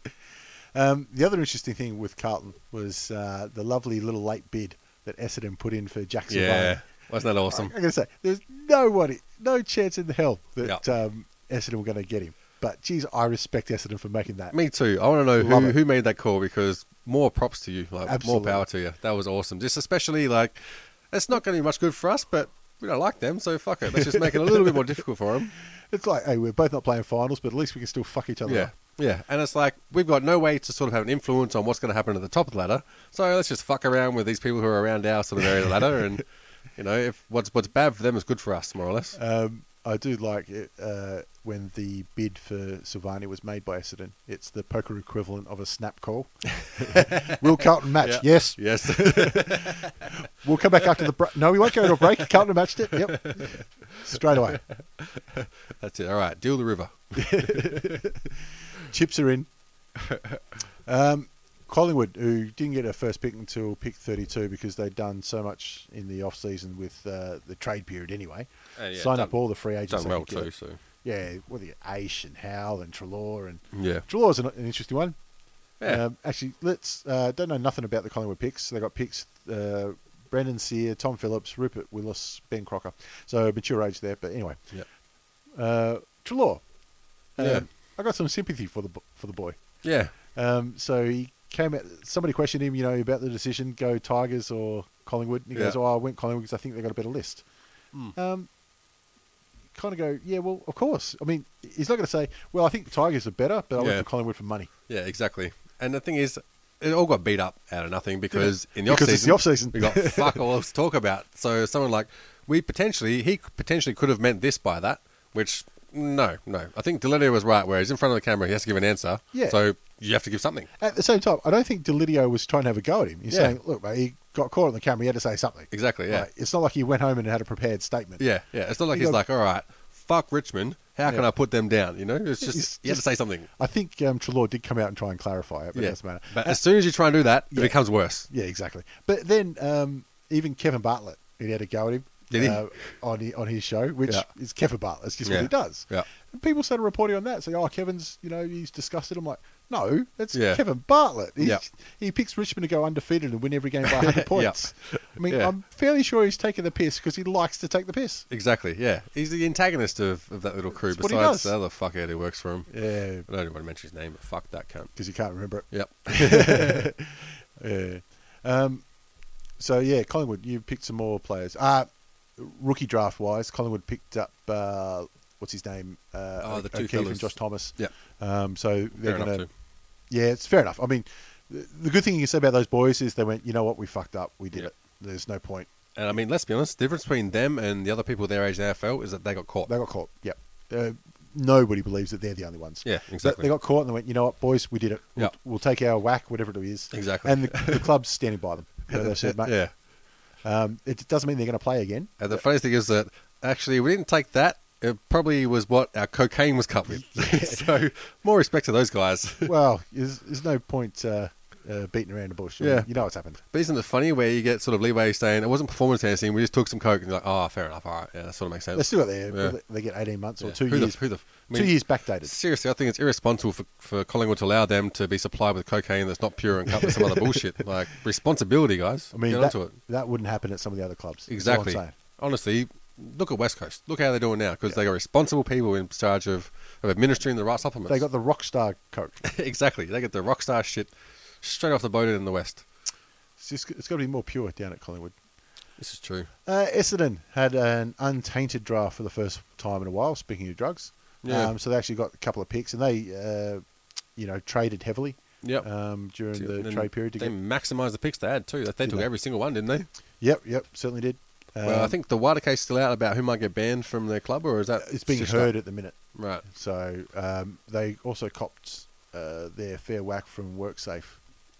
[SPEAKER 5] Um, the other interesting thing with Carlton was uh, the lovely little late bid that Essendon put in for Jackson. Vane.
[SPEAKER 6] yeah, wasn't that awesome?
[SPEAKER 5] I'm going to say there's nobody, no chance in the hell that
[SPEAKER 6] Yeah.
[SPEAKER 5] um, Essendon were going to get him. But geez, I respect Essendon for making that.
[SPEAKER 6] Me too. I want to know
[SPEAKER 5] Love
[SPEAKER 6] who,
[SPEAKER 5] it.
[SPEAKER 6] who made that call because more props to you. Like
[SPEAKER 5] Absolutely.
[SPEAKER 6] more power to you. That was awesome. Just especially like it's not going to be much good for us, but we don't like them, so fuck it. Let's just make it a little bit more difficult
[SPEAKER 5] [laughs]
[SPEAKER 6] for them.
[SPEAKER 5] It's like, hey, we're both not playing finals, but at least we can still fuck each other
[SPEAKER 6] Yeah.
[SPEAKER 5] up.
[SPEAKER 6] Yeah, and it's like we've got no way to sort of have an influence on what's going to happen at the top of the ladder. So let's just fuck around with these people who are around our sort of area of the
[SPEAKER 5] [laughs]
[SPEAKER 6] ladder, and you know, if what's what's bad for them is good for us, more or less.
[SPEAKER 5] Um, I do like it uh, when the bid for Silvani was made by Essendon. It's the poker equivalent of a snap
[SPEAKER 6] [laughs]
[SPEAKER 5] call. Will Carlton match?
[SPEAKER 6] Yeah.
[SPEAKER 5] Yes.
[SPEAKER 6] Yes. [laughs]
[SPEAKER 5] We'll come back after the break. No, we won't go to a break. Carlton matched it. Yep. Straight away.
[SPEAKER 6] That's it. All right. Deal the river.
[SPEAKER 5] Chips are in. Um, Collingwood, who didn't get a first pick until pick 32 because they'd done so much in the off season with uh, the trade period anyway.
[SPEAKER 6] Uh, yeah,
[SPEAKER 5] Sign
[SPEAKER 6] done-
[SPEAKER 5] up all the free agents.
[SPEAKER 6] Done
[SPEAKER 5] they
[SPEAKER 6] well
[SPEAKER 5] could get.
[SPEAKER 6] too, so
[SPEAKER 5] Yeah, what are you, Aish and Howell and Trelaw and
[SPEAKER 6] yeah,
[SPEAKER 5] Trelaw's an, an interesting one.
[SPEAKER 6] yeah.
[SPEAKER 5] Um, actually, let's uh, don't know nothing about the Collingwood picks. They got picks: uh, Brendan Sear, Tom Phillips, Rupert Willis, Ben Crocker. So mature age there, but anyway.
[SPEAKER 6] Yeah.
[SPEAKER 5] Uh, Trelaw. Um,
[SPEAKER 6] Yeah.
[SPEAKER 5] I got some sympathy for the bo- for the boy.
[SPEAKER 6] yeah.
[SPEAKER 5] Um, so he came out. Somebody questioned him, you know, about the decision: go Tigers or Collingwood. And he goes,
[SPEAKER 6] Yeah. Hmm.
[SPEAKER 5] "Oh, I went Collingwood because I think they got a better list." Um, kind of go, yeah, well, of course. I mean, he's not going to say, "Well, I think the Tigers are better," but I went
[SPEAKER 6] Yeah.
[SPEAKER 5] for Collingwood for money.
[SPEAKER 6] Yeah, exactly. And the thing is, it all got beat up out of nothing because in the off
[SPEAKER 5] Because
[SPEAKER 6] season,
[SPEAKER 5] it's the off-season.
[SPEAKER 6] we got
[SPEAKER 5] [laughs]
[SPEAKER 6] fuck all else to talk about. So someone like we potentially he potentially could have meant this by that, which no, no. I think Delidio was right. Where he's in front of the camera, he has to give an answer.
[SPEAKER 5] Yeah.
[SPEAKER 6] So you have to give something.
[SPEAKER 5] At the same time, I don't think Delidio was trying to have a go at him. He's
[SPEAKER 6] Yeah.
[SPEAKER 5] saying, look, mate, he got caught on the camera. He had to say something.
[SPEAKER 6] Exactly. Yeah.
[SPEAKER 5] Like, it's not like he went home and had a prepared statement.
[SPEAKER 6] Yeah. Yeah. It's not like
[SPEAKER 5] He
[SPEAKER 6] he's
[SPEAKER 5] got-
[SPEAKER 6] like, all right, fuck Richmond. How can
[SPEAKER 5] Yeah.
[SPEAKER 6] I put them down? You know, it's just
[SPEAKER 5] He's
[SPEAKER 6] you have to
[SPEAKER 5] just-
[SPEAKER 6] say something.
[SPEAKER 5] I think um, Trelaw did come out and try and clarify it, but
[SPEAKER 6] yeah.
[SPEAKER 5] it doesn't matter.
[SPEAKER 6] But
[SPEAKER 5] Uh,
[SPEAKER 6] as soon as you try and do that,
[SPEAKER 5] yeah.
[SPEAKER 6] it becomes worse.
[SPEAKER 5] yeah, exactly. But then um, even Kevin Bartlett, he had a go at him. uh,
[SPEAKER 6] Did he?
[SPEAKER 5] on, hi- on his show, which
[SPEAKER 6] Yeah.
[SPEAKER 5] is Kevin Bartlett. That's just what
[SPEAKER 6] Yeah.
[SPEAKER 5] he does.
[SPEAKER 6] Yeah.
[SPEAKER 5] And people started reporting on that, saying, oh, Kevin's, you know, he's disgusted. I'm like, no, that's
[SPEAKER 6] Yeah.
[SPEAKER 5] Kevin Bartlett. He,
[SPEAKER 6] Yeah.
[SPEAKER 5] he picks Richmond to go undefeated and win every
[SPEAKER 6] [laughs]
[SPEAKER 5] game by 100 points. I mean,
[SPEAKER 6] Yeah.
[SPEAKER 5] I'm fairly sure he's taking the piss because he likes to take the piss.
[SPEAKER 6] Exactly. Yeah. He's the antagonist of, of that little crew.
[SPEAKER 5] That's what he
[SPEAKER 6] besides
[SPEAKER 5] does.
[SPEAKER 6] the other fuckhead who works for him.
[SPEAKER 5] Yeah,
[SPEAKER 6] I don't even want to mention his name, but fuck that cunt.
[SPEAKER 5] because you can't remember it.
[SPEAKER 6] [laughs] Yep.
[SPEAKER 5] Yeah. Um, so yeah, Collingwood. You picked some more players. Uh, rookie draft wise, Collingwood picked up uh, what's his name? Uh,
[SPEAKER 6] Oh, the two
[SPEAKER 5] O'Keefe and
[SPEAKER 6] fellas.
[SPEAKER 5] Josh Thomas.
[SPEAKER 6] Yep.
[SPEAKER 5] Um, so they're
[SPEAKER 6] Fair enough,
[SPEAKER 5] gonna.
[SPEAKER 6] too.
[SPEAKER 5] Yeah, it's fair enough. I mean, the, the good thing you can say about those boys is they went. You know what? We fucked up. We did
[SPEAKER 6] Yep.
[SPEAKER 5] it. There's no point.
[SPEAKER 6] And I mean, let's be honest, the difference between them and the other people their age in the AFL is that they got caught.
[SPEAKER 5] They got caught. Yep. Uh, nobody believes that they're the only ones.
[SPEAKER 6] Yeah,
[SPEAKER 5] But
[SPEAKER 6] exactly.
[SPEAKER 5] They got caught and they went. You know what, boys? We did it. We'll,
[SPEAKER 6] Yep.
[SPEAKER 5] we'll take our whack, whatever it is.
[SPEAKER 6] Exactly.
[SPEAKER 5] And the, the club's standing by
[SPEAKER 6] [laughs]
[SPEAKER 5] them. You know, they said, mate,
[SPEAKER 6] yeah.
[SPEAKER 5] um, it doesn't mean they're going to play again.
[SPEAKER 6] And the funniest thing is that actually we didn't take that. It probably was what our cocaine was
[SPEAKER 5] [laughs]
[SPEAKER 6] cut with. [laughs] so more respect to those guys. [laughs]
[SPEAKER 5] well, there's, there's no point uh, uh, beating around the bush. I mean,
[SPEAKER 6] Yeah.
[SPEAKER 5] you know what's happened.
[SPEAKER 6] But isn't it funny where you get sort of leeway saying it wasn't performance enhancing, we just took some coke and you're like, oh, fair enough, all right, yeah, that sort of makes sense.
[SPEAKER 5] They still got there.
[SPEAKER 6] Yeah.
[SPEAKER 5] They get 18 months or
[SPEAKER 6] Yeah.
[SPEAKER 5] two
[SPEAKER 6] Who the-
[SPEAKER 5] years.
[SPEAKER 6] who the- I
[SPEAKER 5] two
[SPEAKER 6] mean-
[SPEAKER 5] years backdated.
[SPEAKER 6] Seriously, I think it's irresponsible for, for Collingwood to allow them to be supplied with cocaine that's not pure and cut with some
[SPEAKER 5] [laughs]
[SPEAKER 6] other bullshit. Like responsibility, guys.
[SPEAKER 5] I mean,
[SPEAKER 6] get
[SPEAKER 5] that,
[SPEAKER 6] onto it.
[SPEAKER 5] that wouldn't happen at some of the other clubs. is all I'm
[SPEAKER 6] Exactly.
[SPEAKER 5] saying.
[SPEAKER 6] Honestly, look at West Coast. Look how they're doing now because they got responsible people in charge of, of administering the right supplements.
[SPEAKER 5] They got the rock star coach.
[SPEAKER 6] [laughs] exactly. They get the rock star shit straight off the boat in the West.
[SPEAKER 5] It's, just, it's got to be more pure down at Collingwood.
[SPEAKER 6] This is true.
[SPEAKER 5] Uh, Essendon had an untainted draft for the first time in a while. Speaking of drugs,
[SPEAKER 6] Yeah.
[SPEAKER 5] um, so they actually got a couple of picks, and they, uh, you know, traded heavily
[SPEAKER 6] Yep.
[SPEAKER 5] um, during
[SPEAKER 6] See,
[SPEAKER 5] the
[SPEAKER 6] and
[SPEAKER 5] trade period. To
[SPEAKER 6] they
[SPEAKER 5] get,
[SPEAKER 6] maximised the picks they had too. They, they
[SPEAKER 5] Did
[SPEAKER 6] took
[SPEAKER 5] they?
[SPEAKER 6] every single one, didn't they?
[SPEAKER 5] yep, yep, certainly did.
[SPEAKER 6] well, I
[SPEAKER 5] Um,
[SPEAKER 6] think the wider case still out about who might get banned from their club, or is that
[SPEAKER 5] it's being
[SPEAKER 6] just
[SPEAKER 5] heard
[SPEAKER 6] up-
[SPEAKER 5] at the minute.
[SPEAKER 6] Right.
[SPEAKER 5] So um, they also copped uh, their fair whack from WorkSafe.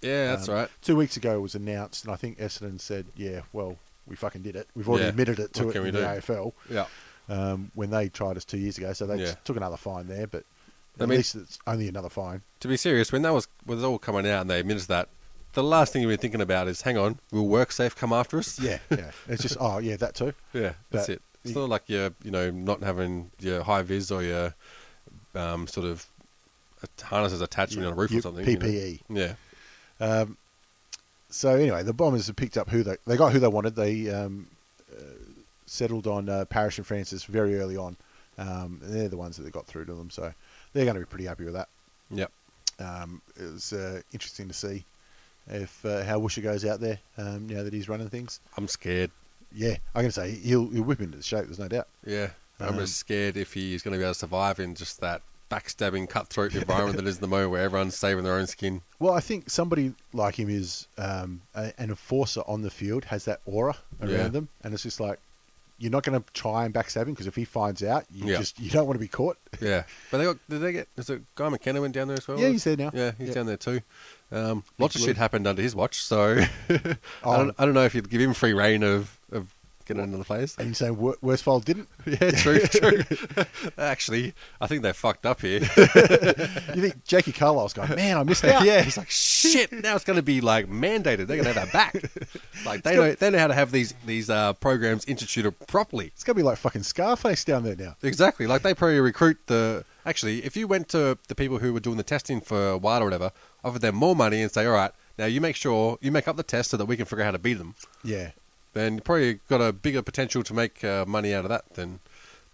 [SPEAKER 6] Yeah, that's
[SPEAKER 5] Um,
[SPEAKER 6] right.
[SPEAKER 5] Two weeks ago it was announced, and I think Essendon said, "Yeah, well, we fucking did it. We've already
[SPEAKER 6] Yeah.
[SPEAKER 5] admitted it to
[SPEAKER 6] What
[SPEAKER 5] it
[SPEAKER 6] can we
[SPEAKER 5] in the
[SPEAKER 6] do?"
[SPEAKER 5] AFL
[SPEAKER 6] Yeah.
[SPEAKER 5] um, when they tried us two years ago." So they
[SPEAKER 6] Yeah.
[SPEAKER 5] just took another fine there, but
[SPEAKER 6] I
[SPEAKER 5] at
[SPEAKER 6] mean-
[SPEAKER 5] least it's only another
[SPEAKER 6] [laughs]
[SPEAKER 5] fine.
[SPEAKER 6] To be serious, when that was was all coming out and they admitted that, the last thing you were thinking about is, hang on, will WorkSafe come after us?
[SPEAKER 5] Yeah, yeah. It's just oh yeah, that too.
[SPEAKER 6] [laughs] Yeah, that's
[SPEAKER 5] But
[SPEAKER 6] it. It's not like you're, you know, not having your high vis or your um, sort of harnesses attached
[SPEAKER 5] Yeah,
[SPEAKER 6] on a roof
[SPEAKER 5] you- E.
[SPEAKER 6] or something. you know.
[SPEAKER 5] PPE.
[SPEAKER 6] Yeah,
[SPEAKER 5] So anyway, the Bombers have picked up who they they got who they wanted. They um, uh, settled on uh, Parrish and Francis very early on. Um, they're the ones that they got through to them, so they're going to be pretty happy with that.
[SPEAKER 6] yep.
[SPEAKER 5] Um, it was uh, interesting to see if uh, how Wisher goes out there um, now that he's running things.
[SPEAKER 6] I'm scared.
[SPEAKER 5] Yeah, I'm going to say he'll, he'll whip into the shape. There's no doubt.
[SPEAKER 6] Yeah, I'm
[SPEAKER 5] Um,
[SPEAKER 6] just scared if he's going to be able to survive in just that backstabbing, cutthroat environment that is the moment where everyone's saving their own skin.
[SPEAKER 5] Well, I think somebody like him is um, a, an enforcer on the field, has that aura around
[SPEAKER 6] Yeah.
[SPEAKER 5] them, and it's just like you're not going to try and backstab him because if he finds out, you
[SPEAKER 6] Yeah.
[SPEAKER 5] just you don't want to be caught.
[SPEAKER 6] Yeah, but they got. Did they get? Is it Guy McKenna went down there as well?
[SPEAKER 5] Yeah, he's there now.
[SPEAKER 6] Yeah, he's
[SPEAKER 5] Yeah.
[SPEAKER 6] down there too. Um, lots of
[SPEAKER 5] blue. Oh.
[SPEAKER 6] [laughs] shit happened under his watch, so I, don't, I don't know if you'd give him free reign of, of get it into the players.
[SPEAKER 5] And you say Wor- Worsfold didn't?
[SPEAKER 6] [laughs]
[SPEAKER 5] [laughs]
[SPEAKER 6] Yeah, true, true. Actually, I think they fucked up here.
[SPEAKER 5] You think Jackie Carlisle's going, man, I
[SPEAKER 6] [laughs]
[SPEAKER 5] missed out.
[SPEAKER 6] yeah, he's like, shit. Now it's going to be like mandated. They're going to
[SPEAKER 5] [laughs]
[SPEAKER 6] have that back. Like they know they know how to have these these uh, programs instituted properly.
[SPEAKER 5] It's going to be like fucking Scarface down there now.
[SPEAKER 6] Exactly. Like they probably recruit the. Actually, if you went to the people who were doing the testing for WADA or whatever, offered them more money and say, all right, now you make sure you make up the test so that we can figure out how to beat them.
[SPEAKER 5] Yeah.
[SPEAKER 6] Then you probably got a bigger potential to make uh, money out of that than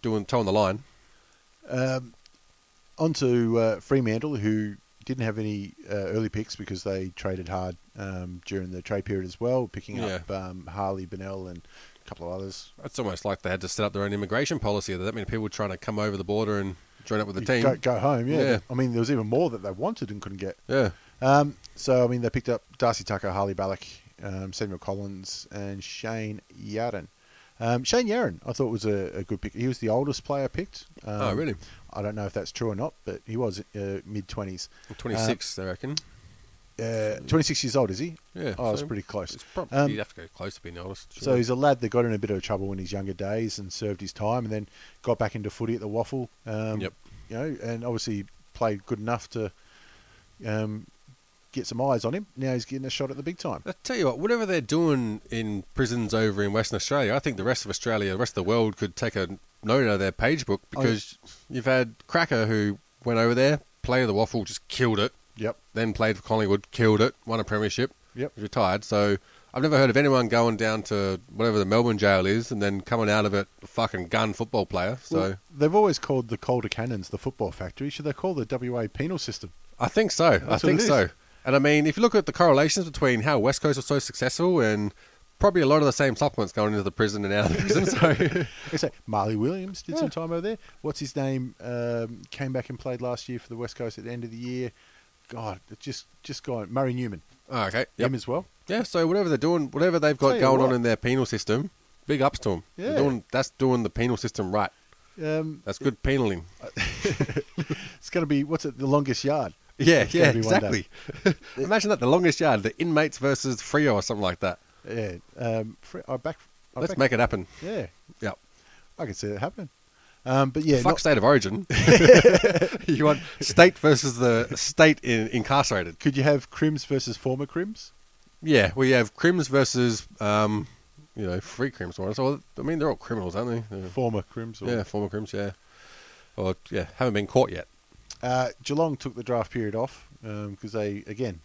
[SPEAKER 6] doing toe on the line.
[SPEAKER 5] On to uh, Fremantle, who didn't have any uh, early picks because they traded hard um, during the trade period as well, picking up um, Harley, Bennell, and a couple of others.
[SPEAKER 6] It's almost like they had to set up their own immigration policy. That many people trying to come over the border and join up with the team.
[SPEAKER 5] Go, go home, yeah.
[SPEAKER 6] Yeah.
[SPEAKER 5] I mean, there was even more that they wanted and couldn't get.
[SPEAKER 6] Yeah.
[SPEAKER 5] Um, so, I mean, they picked up Darcy Tucker, Harley Ballack, um, Samuel Collins, and Shane Yarran. Um, Shane Yarran, I thought was a, a good pick. He was the oldest player picked. Um,
[SPEAKER 6] oh, really?
[SPEAKER 5] I don't know if that's true or not, but he was uh, mid 20s.
[SPEAKER 6] 26, I reckon.
[SPEAKER 5] Uh, 26 years old, is he?
[SPEAKER 6] Yeah.
[SPEAKER 5] Oh, it's
[SPEAKER 6] so
[SPEAKER 5] pretty close.
[SPEAKER 6] It's probably,
[SPEAKER 5] Um,
[SPEAKER 6] you'd have to go close to being honest.
[SPEAKER 5] So he's a lad that got in a bit of trouble in his younger days and served his time, and then got back into footy at the Waffle. Um,
[SPEAKER 6] Yep.
[SPEAKER 5] You know, and obviously played good enough to um, get some eyes on him. Now he's getting a shot at the big time.
[SPEAKER 6] I tell you what, whatever they're doing in prisons over in Western Australia, I think the rest of Australia, the rest of the world could take a note out of their page book
[SPEAKER 5] Oh,
[SPEAKER 6] because you've had Cracker who went over there, played at the Waffle, just killed it,
[SPEAKER 5] Yep.
[SPEAKER 6] then played for Collingwood, killed it, won a premiership,
[SPEAKER 5] Yep.
[SPEAKER 6] was retired. So I've never heard of anyone going down to whatever the Melbourne jail is and then coming out of it a fucking gun football player. So
[SPEAKER 5] Well, they've always called the Calder Cannons the football factory. Should they call the WA penal system?
[SPEAKER 6] I think so. I
[SPEAKER 5] That's what
[SPEAKER 6] think
[SPEAKER 5] it is.
[SPEAKER 6] so. And I mean, if you look at the correlations between how West Coast was so successful and probably a lot of the same supplements going into the prison and out of the prison, so
[SPEAKER 5] [laughs]
[SPEAKER 6] [laughs]
[SPEAKER 5] They say Marley Williams did some time over there. What's his name? Um, came back and played last year for the West Coast at the end of the year. God, it's just just gone. Murray Newman,
[SPEAKER 6] Oh, okay,
[SPEAKER 5] him
[SPEAKER 6] yep.
[SPEAKER 5] as well.
[SPEAKER 6] yeah. So whatever they're doing, whatever they've
[SPEAKER 5] Tell
[SPEAKER 6] got
[SPEAKER 5] you
[SPEAKER 6] going
[SPEAKER 5] what.
[SPEAKER 6] on in their penal system, big ups to them.
[SPEAKER 5] Yeah.
[SPEAKER 6] doing, that's doing the penal system right.
[SPEAKER 5] Um,
[SPEAKER 6] That's good penaling.
[SPEAKER 5] it's going to be what's it? The longest yard.
[SPEAKER 6] Yeah,
[SPEAKER 5] It's
[SPEAKER 6] yeah,
[SPEAKER 5] gonna be one
[SPEAKER 6] exactly. [laughs]
[SPEAKER 5] day.
[SPEAKER 6] Imagine that the longest yard, the inmates versus Frio or something like that.
[SPEAKER 5] Yeah. Um, fr- I back. I
[SPEAKER 6] Let's
[SPEAKER 5] back-
[SPEAKER 6] make it happen.
[SPEAKER 5] Yeah,
[SPEAKER 6] Yeah.
[SPEAKER 5] I can see that happening. Um, but yeah,
[SPEAKER 6] Fuck
[SPEAKER 5] not-
[SPEAKER 6] state
[SPEAKER 5] [laughs]
[SPEAKER 6] of origin. [laughs] you want state versus the state in, incarcerated.
[SPEAKER 5] could you have crims versus former crims?
[SPEAKER 6] Yeah, we have crims versus, um, you know, free crims. Or so I mean, they're all criminals, aren't they?
[SPEAKER 5] Former crims. Or,
[SPEAKER 6] Yeah, former crims. Yeah, or yeah, haven't been caught yet.
[SPEAKER 5] Uh, Geelong took the draft period off because they again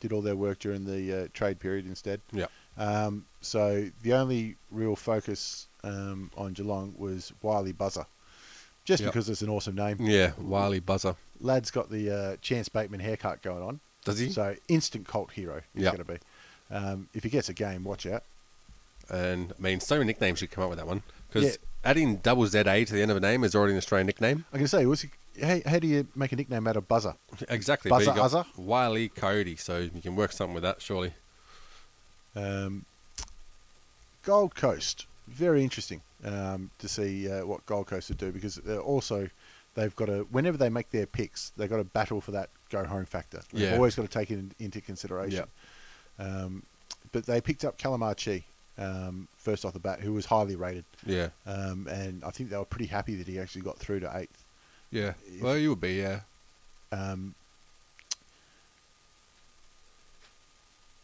[SPEAKER 5] did all their work during the uh, trade period instead.
[SPEAKER 6] Yeah,
[SPEAKER 5] Um, so the only real focus um, on Geelong was Wiley Buzzer, just
[SPEAKER 6] Yep.
[SPEAKER 5] because it's an awesome name.
[SPEAKER 6] yeah. Wiley buzzer.
[SPEAKER 5] Lad's got the uh, Chance Bateman haircut going on.
[SPEAKER 6] Does he?
[SPEAKER 5] So instant cult hero he's
[SPEAKER 6] Yep.
[SPEAKER 5] going to be. Um, if he gets a game, watch out.
[SPEAKER 6] And I mean, so many nicknames should come up with that one because
[SPEAKER 5] Yeah.
[SPEAKER 6] adding double ZA to the end of a name is already an Australian nickname.
[SPEAKER 5] I can say, what's he, how, how do you make a nickname out of Buzzer?
[SPEAKER 6] [laughs] Exactly.
[SPEAKER 5] Buzzer
[SPEAKER 6] but you
[SPEAKER 5] Uzzer?
[SPEAKER 6] got Wiley Cody, so you can work something with that surely.
[SPEAKER 5] Um, Gold Coast, very interesting um, to see uh, what Gold Coast would do because uh, also they've got to whenever they make their picks, they've got to battle for that go home factor. They've
[SPEAKER 6] Yeah.
[SPEAKER 5] always got to take it in, into consideration. Um, but they picked up Calamachi um, first off the bat, who was highly rated,
[SPEAKER 6] Yeah,
[SPEAKER 5] um, and I think they were pretty happy that he actually got through to eighth.
[SPEAKER 6] yeah. Well, you would be. Yeah,
[SPEAKER 5] Um,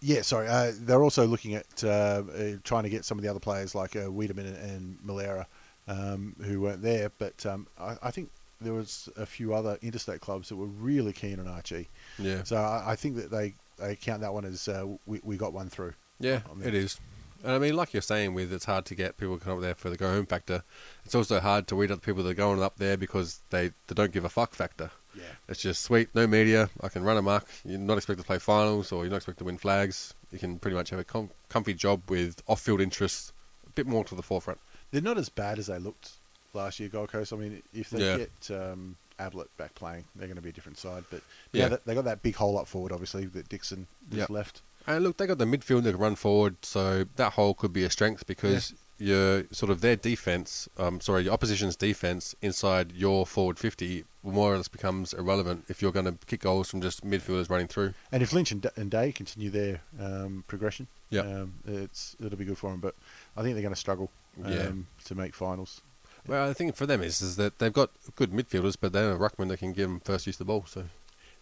[SPEAKER 5] yeah, sorry. Uh, they're also looking at uh, uh, trying to get some of the other players like uh, Wiedemann and, and Malera, um, who weren't there. But um, I, I think there was a few other interstate clubs that were really keen on Archie.
[SPEAKER 6] yeah.
[SPEAKER 5] So I, I think that they, they count that one as uh, we, we got one through.
[SPEAKER 6] Yeah,
[SPEAKER 5] on
[SPEAKER 6] it
[SPEAKER 5] that.
[SPEAKER 6] is. And I mean, like you're saying, with it's hard to get people to come up there for the go home factor. It's also hard to weed out the people that are going up there because they, they don't give a fuck factor.
[SPEAKER 5] Yeah.
[SPEAKER 6] It's just sweet, no media. I can run amok. You're not expected to play finals, or you're not expected to win flags. You can pretty much have a com- comfy job with off field interests a bit more to the forefront.
[SPEAKER 5] They're not as bad as they looked last year, Gold Coast. I mean, if they
[SPEAKER 6] Yeah.
[SPEAKER 5] get um, Ablett back playing, they're going to be a different side. But
[SPEAKER 6] Yeah.
[SPEAKER 5] yeah, they, they got that big hole up forward, obviously, that Dixon just
[SPEAKER 6] Yep.
[SPEAKER 5] left.
[SPEAKER 6] And look, they got the midfield that can run forward, so that hole could be a strength because your sort of their defense, um, sorry, your opposition's defense inside your forward fifty more or less becomes irrelevant if you're going to kick goals from just midfielders running through.
[SPEAKER 5] And if Lynch and, D- and Day continue their um, progression,
[SPEAKER 6] Yep.
[SPEAKER 5] um, it's it'll be good for them. But I think they're going to struggle
[SPEAKER 6] Yeah.
[SPEAKER 5] to make finals.
[SPEAKER 6] Well, I think for them is is that they've got good midfielders, but they don't have ruckman that can give them first use of the ball. So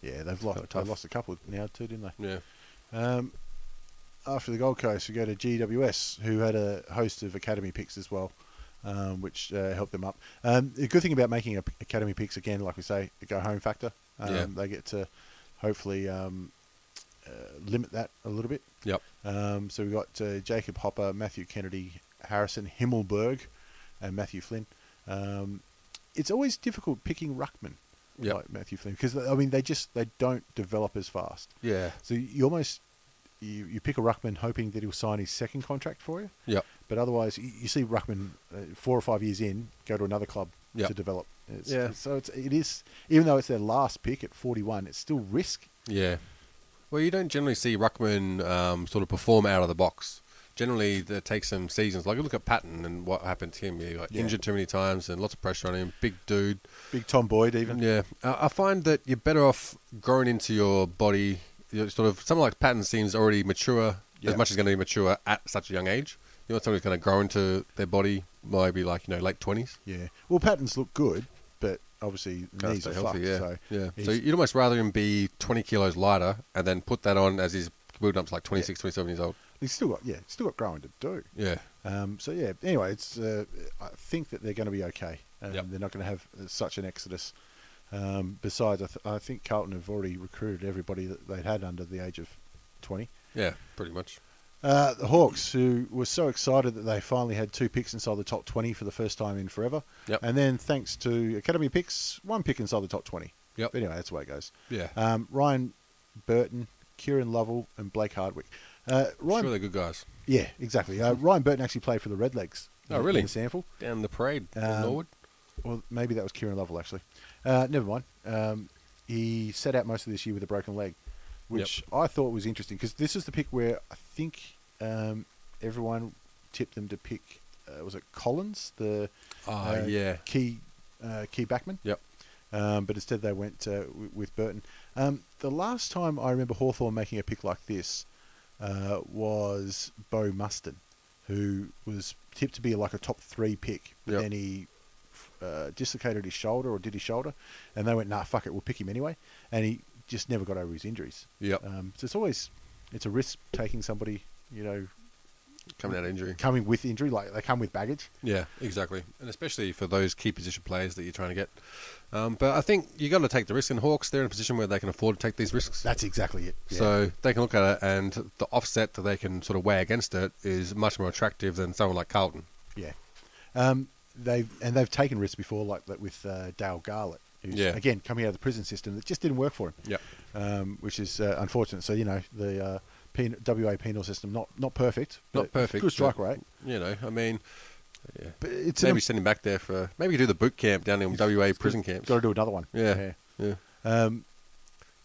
[SPEAKER 5] Yeah, they've lost,
[SPEAKER 6] tough.
[SPEAKER 5] they lost a couple now too, didn't they?
[SPEAKER 6] yeah,
[SPEAKER 5] Um, after the Gold Coast, we go to GWS, who had a host of academy picks as well, um, which uh, helped them up. Um, the good thing about making a, academy picks again, like we say, the go home factor. Um,
[SPEAKER 6] Yeah.
[SPEAKER 5] They get to hopefully um, uh, limit that a little bit.
[SPEAKER 6] yep,
[SPEAKER 5] Um, so we've got uh, Jacob Hopper, Matthew Kennedy, Harrison Himmelberg, and Matthew Flynn. Um, it's always difficult picking ruckman
[SPEAKER 6] Yep.
[SPEAKER 5] like Matthew Flynn because I mean they just they don't develop as fast.
[SPEAKER 6] yeah,
[SPEAKER 5] So you almost you, you pick a ruckman hoping that he'll sign his second contract for you,
[SPEAKER 6] yep,
[SPEAKER 5] but otherwise you, you see ruckman uh, four or five years in go to another club
[SPEAKER 6] Yep.
[SPEAKER 5] to develop. It's,
[SPEAKER 6] Yeah.
[SPEAKER 5] So it's it is even though it's their last pick at forty one, it's still risk.
[SPEAKER 6] yeah. Well, you don't generally see ruckman um, sort of perform out of the box. Generally, that takes some seasons. Like look at Patton and what happened to him. He got
[SPEAKER 5] Yeah.
[SPEAKER 6] injured too many times and lots of pressure on him. Big dude.
[SPEAKER 5] Big Tom Boyd even.
[SPEAKER 6] Yeah, I I find that you're better off growing into your body. you know, sort of someone like Patton seems already mature,
[SPEAKER 5] Yeah.
[SPEAKER 6] as much as going to be mature at such a young age. You want someone who's going to grow into their body, maybe like you know late twenties.
[SPEAKER 5] Yeah. Well, patterns look good, but obviously the knees are fucked.
[SPEAKER 6] yeah,
[SPEAKER 5] So
[SPEAKER 6] yeah.
[SPEAKER 5] he's-
[SPEAKER 6] So you'd almost rather him be 20 kilos lighter and then put that on as his build up's like 26, 27 years old.
[SPEAKER 5] he's still got yeah, still got growing to do.
[SPEAKER 6] Yeah,
[SPEAKER 5] Um, so yeah. Anyway, it's uh, I think that they're going to be okay. Um,
[SPEAKER 6] Yep.
[SPEAKER 5] They're not going to have uh, such an exodus. Um, besides, I, th- I think Carlton have already recruited everybody that they'd had under the age of twenty.
[SPEAKER 6] yeah, pretty much.
[SPEAKER 5] Uh, the Hawks, who were so excited that they finally had two picks inside the top twenty for the first time in forever,
[SPEAKER 6] Yep.
[SPEAKER 5] and then thanks to academy picks, one pick inside the top twenty.
[SPEAKER 6] Yep.
[SPEAKER 5] Anyway, that's the way it goes.
[SPEAKER 6] Yeah,
[SPEAKER 5] Um, Ryan Burton, Kieran Lovell, and Blake Hardwick. Uh, Ryan,
[SPEAKER 6] sure they're good guys.
[SPEAKER 5] yeah, exactly. Uh, Ryan Burton actually played for the Redlegs.
[SPEAKER 6] Oh,
[SPEAKER 5] in-
[SPEAKER 6] really?
[SPEAKER 5] In the sample,
[SPEAKER 6] Down the parade, in
[SPEAKER 5] Um,
[SPEAKER 6] Norwood.
[SPEAKER 5] or maybe that was Kieran Lovell actually. Uh, never mind. Um, he set out most of this year with a broken leg, which I thought was interesting because this is the pick where I think um, everyone tipped them to pick. Uh, was it Collins, the
[SPEAKER 6] Oh,
[SPEAKER 5] uh,
[SPEAKER 6] yeah.
[SPEAKER 5] key uh, key backman?
[SPEAKER 6] Yep.
[SPEAKER 5] um, but instead they went uh, w- with Burton. Um, the last time I remember Hawthorn making a pick like this uh, was Bo Muston, who was tipped to be like a top three pick, but
[SPEAKER 6] Yep.
[SPEAKER 5] then he uh, dislocated his shoulder or did his shoulder, and they went, nah, fuck it, we'll pick him anyway. And he just never got over his injuries.
[SPEAKER 6] Yep.
[SPEAKER 5] Um, so it's always, it's a risk taking somebody, you know,
[SPEAKER 6] Coming out of injury.
[SPEAKER 5] coming with injury, like they come with baggage.
[SPEAKER 6] Yeah, exactly, and especially for those key position players that you're trying to get. Um, but I think you got to take the risk. And Hawks, they're in a position where they can afford to take these risks,
[SPEAKER 5] That's exactly it. Yeah.
[SPEAKER 6] so they can look at it, and the offset that they can sort of weigh against it is much more attractive than someone like Carlton.
[SPEAKER 5] Yeah, um, they've and they've taken risks before, like that with uh, Dale Garlett, who's
[SPEAKER 6] Yeah.
[SPEAKER 5] again coming out of the prison system that just didn't work for him. um, which is uh, unfortunate. So you know the uh, pen- WA penal system not not perfect,
[SPEAKER 6] Not
[SPEAKER 5] but
[SPEAKER 6] perfect,
[SPEAKER 5] Good strike
[SPEAKER 6] but-
[SPEAKER 5] rate.
[SPEAKER 6] you know, I mean,
[SPEAKER 5] But it's
[SPEAKER 6] maybe send him back there for maybe do the boot camp down in WA prison camps.
[SPEAKER 5] got to do another one.
[SPEAKER 6] yeah, yeah,
[SPEAKER 5] Um,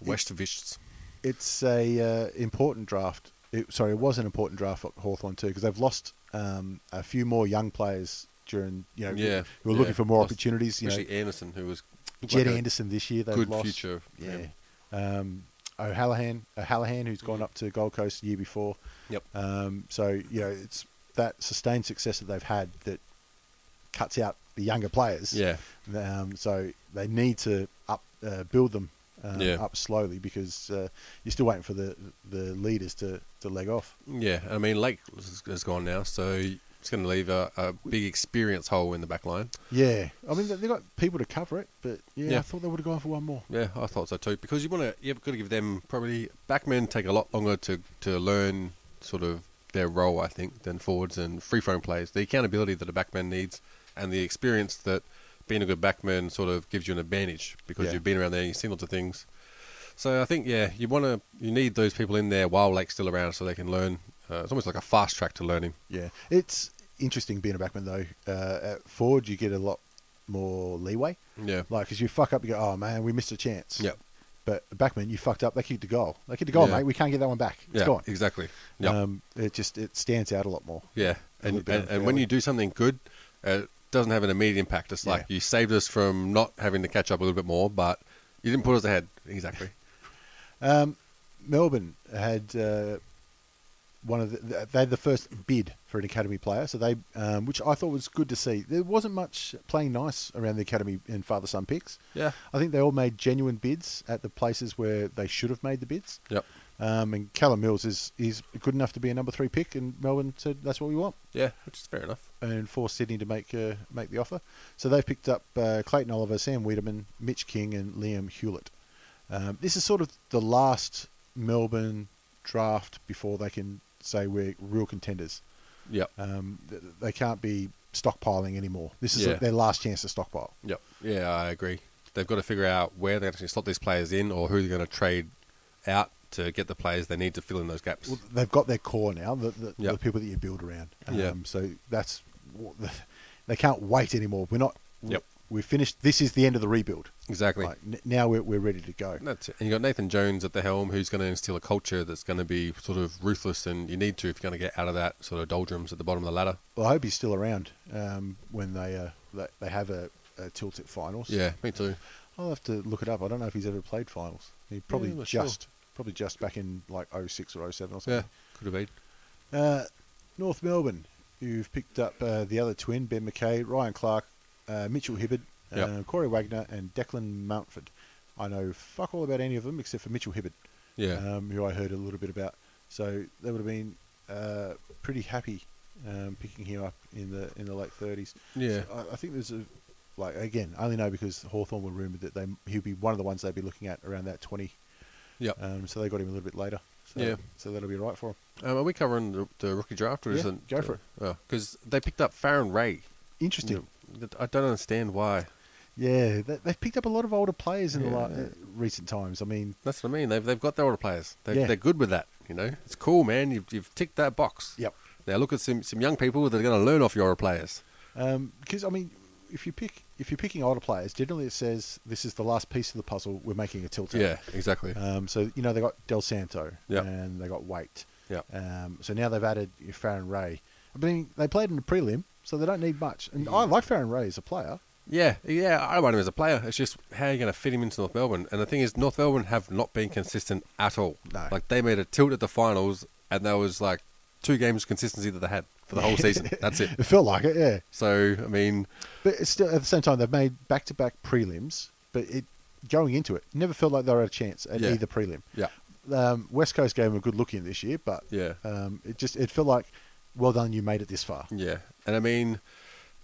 [SPEAKER 6] West Vists.
[SPEAKER 5] it's a uh, important draft. It, sorry, it was an important draft for Hawthorn too because they've lost um, a few more young players during you know
[SPEAKER 6] Yeah,
[SPEAKER 5] who are
[SPEAKER 6] yeah.
[SPEAKER 5] looking for more
[SPEAKER 6] Lost-
[SPEAKER 5] opportunities. You know,
[SPEAKER 6] Especially Anderson, who was
[SPEAKER 5] Jed
[SPEAKER 6] like a
[SPEAKER 5] Anderson this year. They've
[SPEAKER 6] good
[SPEAKER 5] lost.
[SPEAKER 6] future. for
[SPEAKER 5] Yeah.
[SPEAKER 6] him.
[SPEAKER 5] Um, O'Hallahan, O'Hallahan, who's gone up to Gold Coast the year before.
[SPEAKER 6] Yep.
[SPEAKER 5] Um, so you know, it's that sustained success that they've had that cuts out the younger players.
[SPEAKER 6] Yeah.
[SPEAKER 5] Um, so they need to up uh, build them um,
[SPEAKER 6] Yeah.
[SPEAKER 5] up slowly because uh, you're still waiting for the the leaders to, to leg off.
[SPEAKER 6] Yeah, I mean Lake is- is gone now, so it's going to leave a, a big experience hole in the back line.
[SPEAKER 5] Yeah. I mean, they- they've got people to cover it, but yeah,
[SPEAKER 6] Yeah.
[SPEAKER 5] I thought they would have gone for one more.
[SPEAKER 6] Yeah, I thought so too. Because you want to, you've got to give them probably backmen take a lot longer to to learn sort of their role, I think, than forwards and free phone players. The accountability that a backman needs and the experience that being a good backman sort of gives you an advantage because
[SPEAKER 5] Yeah.
[SPEAKER 6] you've been around there, and you've seen lots of things. So I think yeah, you want to, you need those people in there while Lake's still around, so they can learn. Uh, it's almost like a fast track to learning.
[SPEAKER 5] Yeah, it's interesting being a backman though. Uh, at Ford, you get a lot more leeway.
[SPEAKER 6] Yeah.
[SPEAKER 5] like because you fuck up, you go, oh man, we missed a chance.
[SPEAKER 6] Yep.
[SPEAKER 5] But a backman, you fucked up. They kicked a goal. They kicked a goal,
[SPEAKER 6] Yeah.
[SPEAKER 5] mate. We can't get that one back. It's
[SPEAKER 6] yeah,
[SPEAKER 5] gone.
[SPEAKER 6] exactly. Yeah.
[SPEAKER 5] Um, it just it stands out a lot more.
[SPEAKER 6] Yeah,
[SPEAKER 5] A little
[SPEAKER 6] and
[SPEAKER 5] bit
[SPEAKER 6] and, and when
[SPEAKER 5] unfairly.
[SPEAKER 6] you do something good, uh, it doesn't have an immediate impact. It's like
[SPEAKER 5] Yeah.
[SPEAKER 6] you saved us from not having to catch up a little bit more, but you didn't put us ahead. Exactly.
[SPEAKER 5] Um, Melbourne had uh, one of the, they had the first bid for an academy player, so they, um, which I thought was good to see. There wasn't much playing nice around the academy and father son picks.
[SPEAKER 6] Yeah.
[SPEAKER 5] I think they all made genuine bids at the places where they should have made the bids.
[SPEAKER 6] [laughs] Yep.
[SPEAKER 5] Um, and Callum Mills is is good enough to be a number three pick, and Melbourne said that's what we want,
[SPEAKER 6] Yeah, which is fair enough.
[SPEAKER 5] and forced Sydney to make uh, make the offer. So they've picked up uh, Clayton Oliver, Sam Wiedemann, Mitch King, and Liam Hewlett. Um, this is sort of the last Melbourne draft before they can say we're real contenders.
[SPEAKER 6] Yep.
[SPEAKER 5] Um, th- they can't be stockpiling anymore. This is
[SPEAKER 6] Yeah.
[SPEAKER 5] their last chance to stockpile.
[SPEAKER 6] Yep. Yeah, I agree. They've got to figure out where they're actually slot these players in or who they're going to trade out to get the players they need to fill in those gaps.
[SPEAKER 5] Well, they've got their core now, the, the,
[SPEAKER 6] Yeah.
[SPEAKER 5] the people that you build around. Um,
[SPEAKER 6] Yeah.
[SPEAKER 5] So that's what the- they can't wait anymore. We're not.
[SPEAKER 6] Yep.
[SPEAKER 5] We're finished. This is the end of the rebuild.
[SPEAKER 6] exactly.
[SPEAKER 5] Like, n- now we're, we're ready to go.
[SPEAKER 6] That's it. And you've got Nathan Jones at the helm who's going to instill a culture that's going to be sort of ruthless and you need to if you're going to get out of that sort of doldrums at the bottom of the ladder.
[SPEAKER 5] Well, I hope he's still around um, when they uh, they, they have a, a tilt at finals.
[SPEAKER 6] Yeah, me too.
[SPEAKER 5] I'll have to look it up. I don't know if he's ever played finals. He probably
[SPEAKER 6] I'm not sure.
[SPEAKER 5] just probably just back in like 06 or 07 or something.
[SPEAKER 6] Yeah, could have been.
[SPEAKER 5] Uh, North Melbourne, you've picked up uh, the other twin, Ben McKay, Ryan Clark, uh, Mitchell Hibbard, uh,
[SPEAKER 6] Yep.
[SPEAKER 5] Corey Wagner, and Declan Mountford. I know fuck all about any of them except for Mitchell Hibbard,
[SPEAKER 6] Yeah.
[SPEAKER 5] um, who I heard a little bit about. So they would have been uh, pretty happy um, picking him up in the in the late 30s.
[SPEAKER 6] Yeah.
[SPEAKER 5] So I, I think there's a like again, I only know because Hawthorn were rumoured that they he'd be one of the ones they'd be looking at around that 20.
[SPEAKER 6] yep.
[SPEAKER 5] Um, so they got him a little bit later. So,
[SPEAKER 6] Yeah.
[SPEAKER 5] So that'll be right for him.
[SPEAKER 6] Um, are we covering the, the rookie draft or
[SPEAKER 5] Yeah,
[SPEAKER 6] is it?
[SPEAKER 5] go for it.
[SPEAKER 6] Because they picked up Farron Ray.
[SPEAKER 5] Interesting.
[SPEAKER 6] I don't understand why.
[SPEAKER 5] Yeah, they, they've picked up a lot of older players in the la- uh, recent times. I mean,
[SPEAKER 6] That's what I mean. They've, they've got their older players. They're,
[SPEAKER 5] Yeah.
[SPEAKER 6] they're good with that. You know, it's cool, man. You've, you've ticked that box.
[SPEAKER 5] Yep.
[SPEAKER 6] Now look at some, some young people that are going to learn off your older players.
[SPEAKER 5] because I mean, if you pick if you're picking older players, generally it says this is the last piece of the puzzle. We're making a tilt. at."
[SPEAKER 6] Yeah, exactly.
[SPEAKER 5] Um, so you know they got Del Santo.
[SPEAKER 6] Yep.
[SPEAKER 5] And they got Waite.
[SPEAKER 6] Yep.
[SPEAKER 5] Um, so now they've added Farron Ray. I mean, they played in the prelim, so they don't need much. And I like Farron Ray as a player.
[SPEAKER 6] yeah, yeah. I want him as a player. It's just how you're going to fit him into North Melbourne. And the thing is, North Melbourne have not been consistent at all.
[SPEAKER 5] No.
[SPEAKER 6] Like they made a tilt at the finals, and that was like two games of consistency that they had for the
[SPEAKER 5] [laughs]
[SPEAKER 6] whole season. That's it.
[SPEAKER 5] It felt like it, yeah.
[SPEAKER 6] So I mean,
[SPEAKER 5] But it's still at the same time they've made back to back prelims, but it going into it never felt like they were a chance at
[SPEAKER 6] Yeah.
[SPEAKER 5] either prelim.
[SPEAKER 6] yeah,
[SPEAKER 5] um, West Coast gave him a good look in this year, but
[SPEAKER 6] Yeah.
[SPEAKER 5] um, it just it felt like, well done, you made it this far.
[SPEAKER 6] Yeah, and I mean,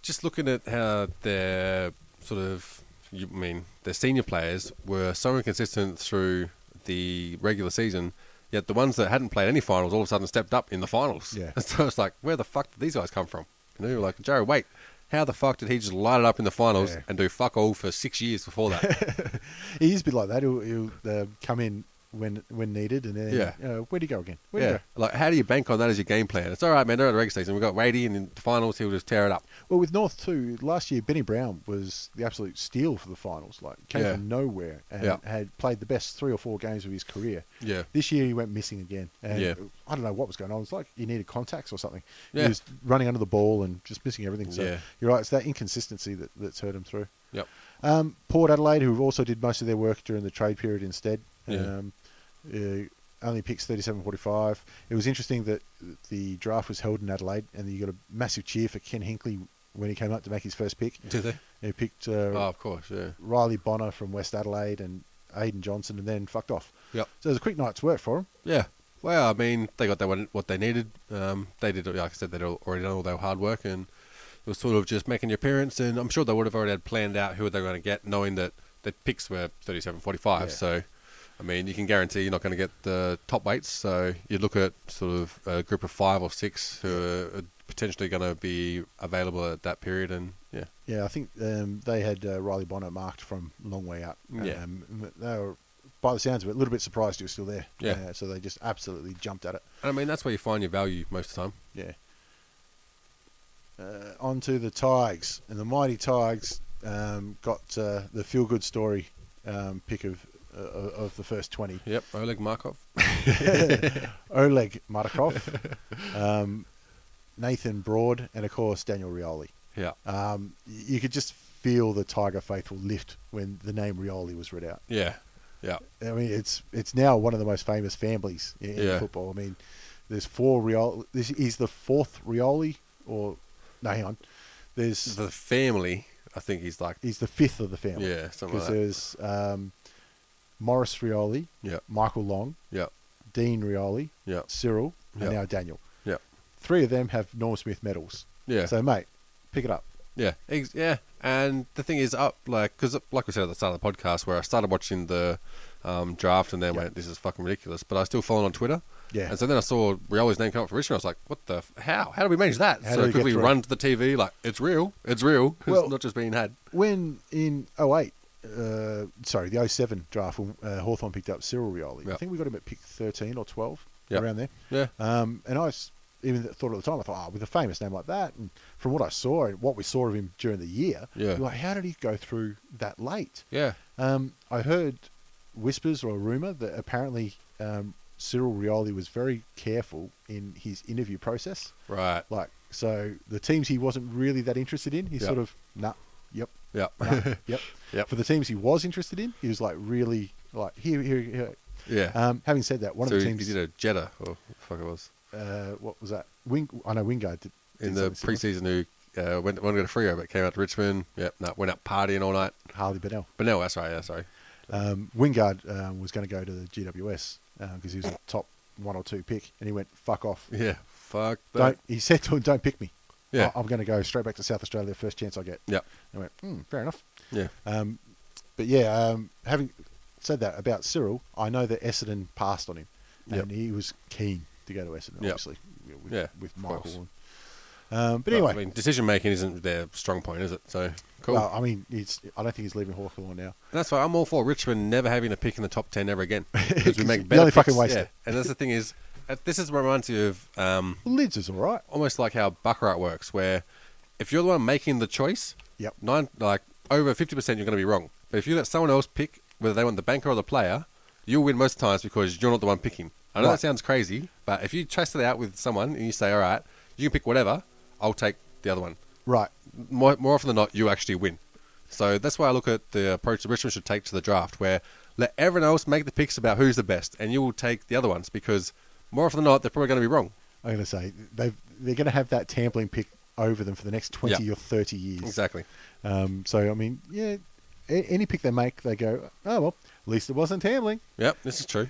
[SPEAKER 6] just looking at how their sort of, you I mean, their senior players were so inconsistent through the regular season, yet the ones that hadn't played any finals all of a sudden stepped up in the finals.
[SPEAKER 5] Yeah.
[SPEAKER 6] And [laughs] so it's like, where the fuck did these guys come from? You know, like Jared Wait, how the fuck did he just light it up in the finals
[SPEAKER 5] Yeah.
[SPEAKER 6] and do fuck all for six years before [laughs] that?
[SPEAKER 5] He is a bit like that. He'll, he'll uh, come in when when needed, and then
[SPEAKER 6] Yeah.
[SPEAKER 5] you know, where'd he go again? Where'd he
[SPEAKER 6] yeah.
[SPEAKER 5] go?
[SPEAKER 6] Like, how do you bank on that as your game plan? It's all right, man. They're at the regular season. We've got Rady, and in the finals, he'll just tear it up.
[SPEAKER 5] Well, with North too, last year Benny Brown was the absolute steal for the finals. Like came
[SPEAKER 6] Yeah.
[SPEAKER 5] from nowhere and
[SPEAKER 6] Yeah.
[SPEAKER 5] had played the best three or four games of his career.
[SPEAKER 6] Yeah.
[SPEAKER 5] This year he went missing again, and
[SPEAKER 6] Yeah.
[SPEAKER 5] I don't know what was going on. It was like he needed contacts or something. He
[SPEAKER 6] Yeah.
[SPEAKER 5] was running under the ball and just missing everything. So
[SPEAKER 6] Yeah.
[SPEAKER 5] you're right. It's that inconsistency that, that's hurt him through.
[SPEAKER 6] Yep.
[SPEAKER 5] Um, Port Adelaide, who also did most of their work during the trade period instead,
[SPEAKER 6] Yeah.
[SPEAKER 5] um, uh, only picks 37.45. It was interesting that the draft was held in Adelaide, and you got a massive cheer for Ken Hinckley when he came up to make his first pick.
[SPEAKER 6] Did they?
[SPEAKER 5] He picked uh,
[SPEAKER 6] Oh, of course, yeah.
[SPEAKER 5] Riley Bonner from West Adelaide and Aiden Johnson, and then fucked off.
[SPEAKER 6] Yep.
[SPEAKER 5] So it was a quick night's work for him.
[SPEAKER 6] Yeah. Well, I mean, they got that one, what they needed. Um, they did, like I said, they'd al- already done all their hard work, and it was sort of just making your appearance. And I'm sure they would have already had planned out who they were going to get, knowing that the picks were 37,
[SPEAKER 5] Yeah.
[SPEAKER 6] 45. So, I mean, you can guarantee you're not going to get the top weights. So you look at sort of a group of five or six who are potentially going to be available at that period, and yeah,
[SPEAKER 5] Yeah, I think um, they had uh, Riley Bonner marked from long way out.
[SPEAKER 6] Yeah.
[SPEAKER 5] Um, they were, by the sounds of it, a little bit surprised he was still there.
[SPEAKER 6] Yeah.
[SPEAKER 5] Uh, so they just absolutely jumped at it.
[SPEAKER 6] and I mean that's where you find your value most of the time.
[SPEAKER 5] Yeah. Uh, on to the Tigers. And the mighty Tigers um, got uh, the feel good story um, pick of, uh, of the first 20.
[SPEAKER 6] Yep, Oleg Markov.
[SPEAKER 5] Oleg Markov, um, Nathan Broad, and of course Daniel Rioli.
[SPEAKER 6] yeah,
[SPEAKER 5] Um, y- you could just feel the Tiger faithful lift when the name Rioli was read out.
[SPEAKER 6] yeah, yeah.
[SPEAKER 5] I mean, it's it's now one of the most famous families in, in
[SPEAKER 6] Yeah.
[SPEAKER 5] football. I mean, There's four Rioli. This is the fourth Rioli, or no, hang on. There's
[SPEAKER 6] The family, I think he's like,
[SPEAKER 5] he's the fifth of the family.
[SPEAKER 6] Yeah, something
[SPEAKER 5] because
[SPEAKER 6] like that.
[SPEAKER 5] there's um, Morris Rioli,
[SPEAKER 6] yeah,
[SPEAKER 5] Michael Long,
[SPEAKER 6] yeah,
[SPEAKER 5] Dean Rioli,
[SPEAKER 6] yeah,
[SPEAKER 5] Cyril, and
[SPEAKER 6] Yeah.
[SPEAKER 5] now Daniel.
[SPEAKER 6] yeah,
[SPEAKER 5] Three of them have Norm Smith medals.
[SPEAKER 6] yeah.
[SPEAKER 5] So mate, pick it up.
[SPEAKER 6] Yeah, ex- yeah. And the thing is, up like because like we said at the start of the podcast, where I started watching the um, draft and then went, "This is fucking ridiculous," but I still follow on Twitter.
[SPEAKER 5] Yeah.
[SPEAKER 6] And so then I saw Rioli's name come up for Richmond. I was like, "What the? F- how? How do we manage that?"
[SPEAKER 5] How do
[SPEAKER 6] so
[SPEAKER 5] we
[SPEAKER 6] I
[SPEAKER 5] get
[SPEAKER 6] quickly
[SPEAKER 5] through
[SPEAKER 6] run to the TV like, "It's real. It's real.
[SPEAKER 5] Well-
[SPEAKER 6] it's not just being had."
[SPEAKER 5] When in 08, uh, sorry, the 07 draft, when uh, Hawthorne picked up Cyril Rioli, I
[SPEAKER 6] Yeah.
[SPEAKER 5] think we got him at pick 13 or 12,
[SPEAKER 6] Yeah.
[SPEAKER 5] around there.
[SPEAKER 6] Yeah.
[SPEAKER 5] Um, and I s- even thought at the time, I thought, oh, with a famous name like that, and from what I saw and what we saw of him during the year,
[SPEAKER 6] Yeah.
[SPEAKER 5] you're like, how did he go through that late?
[SPEAKER 6] Yeah.
[SPEAKER 5] Um, I heard whispers or a rumor that apparently um, Cyril Rioli was very careful in his interview process.
[SPEAKER 6] Right.
[SPEAKER 5] Like, so the teams he wasn't really that interested in, he
[SPEAKER 6] Yeah.
[SPEAKER 5] sort of, nah, yep, [laughs]
[SPEAKER 6] Yeah. [laughs]
[SPEAKER 5] nah, yep.
[SPEAKER 6] Yep.
[SPEAKER 5] For the teams he was interested in, he was like really like here, here, here.
[SPEAKER 6] yeah.
[SPEAKER 5] Um, having said that, one
[SPEAKER 6] so
[SPEAKER 5] of the
[SPEAKER 6] he-
[SPEAKER 5] teams,
[SPEAKER 6] he did a Jetta or what the fuck it was
[SPEAKER 5] uh, what was that? Wing, I know Wingard did, did
[SPEAKER 6] in the
[SPEAKER 5] something similar.
[SPEAKER 6] preseason who. Uh, went, went to go to Frio, but came out to Richmond. Yep, no, went out partying all night.
[SPEAKER 5] Harley Bennell.
[SPEAKER 6] But no, that's right. Yeah, sorry.
[SPEAKER 5] Um, Wingard um, was going to go to the GWS because uh, he was a top one or two pick, and he went fuck off.
[SPEAKER 6] Yeah, fuck that.
[SPEAKER 5] Don't. He said to him, "Don't pick me.
[SPEAKER 6] Yeah.
[SPEAKER 5] I- I'm going to go straight back to South Australia first chance I get."
[SPEAKER 6] Yep.
[SPEAKER 5] I went, hmm, fair enough.
[SPEAKER 6] Yeah.
[SPEAKER 5] Um, but yeah, um, having said that about Cyril, I know that Essendon passed on him, and
[SPEAKER 6] Yep.
[SPEAKER 5] he was keen to go to Essendon,
[SPEAKER 6] Yep.
[SPEAKER 5] obviously, with,
[SPEAKER 6] Yeah,
[SPEAKER 5] with
[SPEAKER 6] of
[SPEAKER 5] Michael.
[SPEAKER 6] course.
[SPEAKER 5] Um, but
[SPEAKER 6] But,
[SPEAKER 5] anyway,
[SPEAKER 6] I mean, decision making isn't their strong point, is it? So cool.
[SPEAKER 5] well, I mean, it's, I don't think he's leaving Hawthorn now.
[SPEAKER 6] And that's why I'm all for Richmond never having a pick in the top ten
[SPEAKER 5] [laughs]
[SPEAKER 6] ever again because we
[SPEAKER 5] You
[SPEAKER 6] make better.
[SPEAKER 5] only fucking
[SPEAKER 6] picks.
[SPEAKER 5] waste
[SPEAKER 6] yeah.
[SPEAKER 5] it.
[SPEAKER 6] And that's the thing is, uh, this is what reminds you of um,
[SPEAKER 5] Lids is all right.
[SPEAKER 6] almost like how Buckrite works, where if you're the one making the choice,
[SPEAKER 5] Yep.
[SPEAKER 6] nine like over fifty percent you're going to be wrong. But if you let someone else pick whether they want the banker or the player, you'll win most times because you're not the one picking. I know
[SPEAKER 5] Right.
[SPEAKER 6] that sounds crazy, but if you test it out with someone and you say, "All right, you can pick whatever, I'll take the other one."
[SPEAKER 5] Right.
[SPEAKER 6] more, more often than not, you actually win. So that's why I look at the approach that Richmond should take to the draft, where let everyone else make the picks about who's the best, and you will take the other ones because more often than not, they're probably going to be wrong.
[SPEAKER 5] I'm going to say they've, they're going to have that Tambling pick over them for the next 20
[SPEAKER 6] Yeah.
[SPEAKER 5] or 30 years.
[SPEAKER 6] Exactly.
[SPEAKER 5] Um, so, I mean, yeah, a- any pick they make, they go, oh, well, at least it wasn't Tambling.
[SPEAKER 6] Yep, this is true.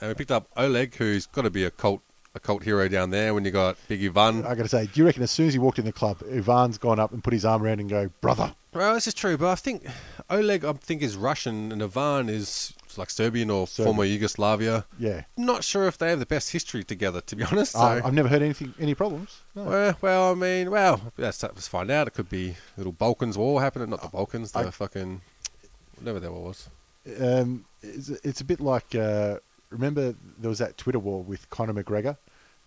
[SPEAKER 6] And we picked up Oleg, who's got to be a cult a cult hero down there. When you got Big Ivan,
[SPEAKER 5] I got to say, do you reckon as soon as he walked in the club, Ivan's gone up and put his arm around and go, brother?
[SPEAKER 6] well, this is true. But I think Oleg, I think is Russian, and Ivan is like Serbian or
[SPEAKER 5] Serbian.
[SPEAKER 6] former Yugoslavia.
[SPEAKER 5] Yeah.
[SPEAKER 6] Not sure if they have the best history together, to be [laughs] honest.
[SPEAKER 5] I,
[SPEAKER 6] so-
[SPEAKER 5] I've never heard anything, any problems. No.
[SPEAKER 6] Well, well, I mean, well, let's, let's find out. It could be little Balkans war happening. Not the Balkans, the
[SPEAKER 5] I-
[SPEAKER 6] fucking whatever that war was.
[SPEAKER 5] Um, it's, it's a bit like, uh, remember there was that Twitter war with Conor McGregor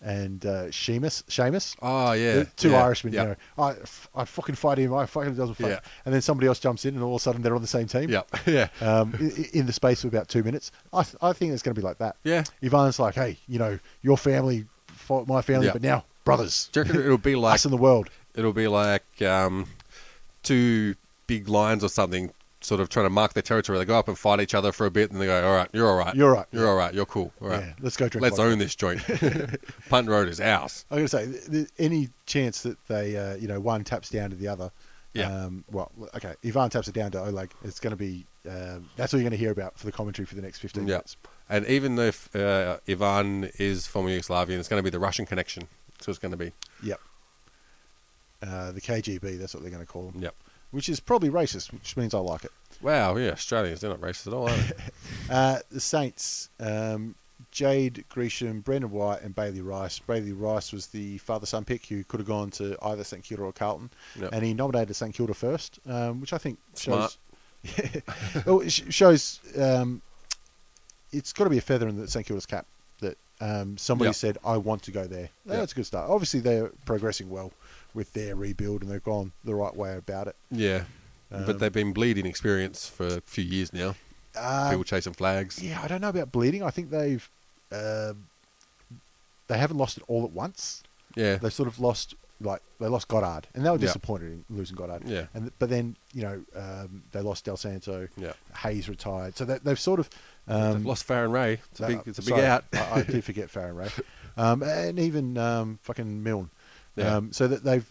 [SPEAKER 5] and uh, Sheamus? Sheamus?
[SPEAKER 6] Oh yeah,
[SPEAKER 5] The two
[SPEAKER 6] yeah,
[SPEAKER 5] Irishmen,
[SPEAKER 6] yeah,
[SPEAKER 5] you know, I, f- I fucking fight him, I fucking doesn't fight.
[SPEAKER 6] Yeah.
[SPEAKER 5] And then somebody else jumps in, and all of a sudden they're on the same team.
[SPEAKER 6] yeah, [laughs] yeah,
[SPEAKER 5] Um, i- i- in the space of about two minutes, I, th- I think it's going to be like that.
[SPEAKER 6] yeah.
[SPEAKER 5] Ivan's like, hey, you know, your family fought my family,
[SPEAKER 6] Yeah.
[SPEAKER 5] but now brothers,
[SPEAKER 6] Do you
[SPEAKER 5] [laughs]
[SPEAKER 6] reckon it'll be like
[SPEAKER 5] us in the world.
[SPEAKER 6] it'll be like um, two big lions or something, sort of trying to mark their territory. They go up and fight each other for a bit, and they go, "All right, you're all right,
[SPEAKER 5] You're all right,
[SPEAKER 6] you're all right, you're cool, all right,
[SPEAKER 5] Yeah, let's go drink
[SPEAKER 6] let's
[SPEAKER 5] vodka."
[SPEAKER 6] own
[SPEAKER 5] [laughs]
[SPEAKER 6] this joint." Punt Road is ours.
[SPEAKER 5] I'm going to say, th- th- any chance that they, uh, you know, one taps down to the other.
[SPEAKER 6] Yeah.
[SPEAKER 5] Um, well, okay. Ivan taps it down to Oleg. It's going to be. Um, that's all you're going to hear about for the commentary for the next 15
[SPEAKER 6] Yeah.
[SPEAKER 5] minutes.
[SPEAKER 6] And even though uh, Ivan is former Yugoslavian, it's going to be the Russian connection. So it's going to be
[SPEAKER 5] Yep. Uh, the KGB. That's what they're going to call them.
[SPEAKER 6] yep.
[SPEAKER 5] Which is probably racist, which means I like it.
[SPEAKER 6] Wow, yeah, Australians, they're not racist at
[SPEAKER 5] [laughs]
[SPEAKER 6] all, are they?
[SPEAKER 5] Uh, the Saints, um, Jade Gresham, Brendan White, and Bailey Rice. Bailey Rice was the father son pick who could have gone to either St Kilda or Carlton,
[SPEAKER 6] Yep.
[SPEAKER 5] and he nominated St Kilda first, um, which I think
[SPEAKER 6] Smart.
[SPEAKER 5] shows. well, it sh- shows [laughs] um, it's got to be a feather in the St Kilda's cap that um, somebody
[SPEAKER 6] Yep.
[SPEAKER 5] said, "I want to go there."
[SPEAKER 6] Yep.
[SPEAKER 5] That's a good start. Obviously, they're progressing well with their rebuild, and they've gone the right way about it.
[SPEAKER 6] yeah.
[SPEAKER 5] Um,
[SPEAKER 6] but they've been bleeding experience for a few years now. People chasing flags.
[SPEAKER 5] Uh, Yeah, I don't know about bleeding. I think they've um, they haven't lost it all at once.
[SPEAKER 6] Yeah.
[SPEAKER 5] They sort of lost like they lost Goddard, and they were
[SPEAKER 6] Yeah.
[SPEAKER 5] disappointed in losing Goddard.
[SPEAKER 6] Yeah.
[SPEAKER 5] and but then you know um, they lost Del Santo.
[SPEAKER 6] Yeah.
[SPEAKER 5] Hayes retired, so that, they've sort of
[SPEAKER 6] They've
[SPEAKER 5] um,
[SPEAKER 6] lost Farron Ray. It's a
[SPEAKER 5] they-
[SPEAKER 6] big, it's a big
[SPEAKER 5] sorry,
[SPEAKER 6] out. [laughs]
[SPEAKER 5] I, I did forget Farron Ray. um, and even um, fucking Milne.
[SPEAKER 6] Yeah.
[SPEAKER 5] Um, so that they've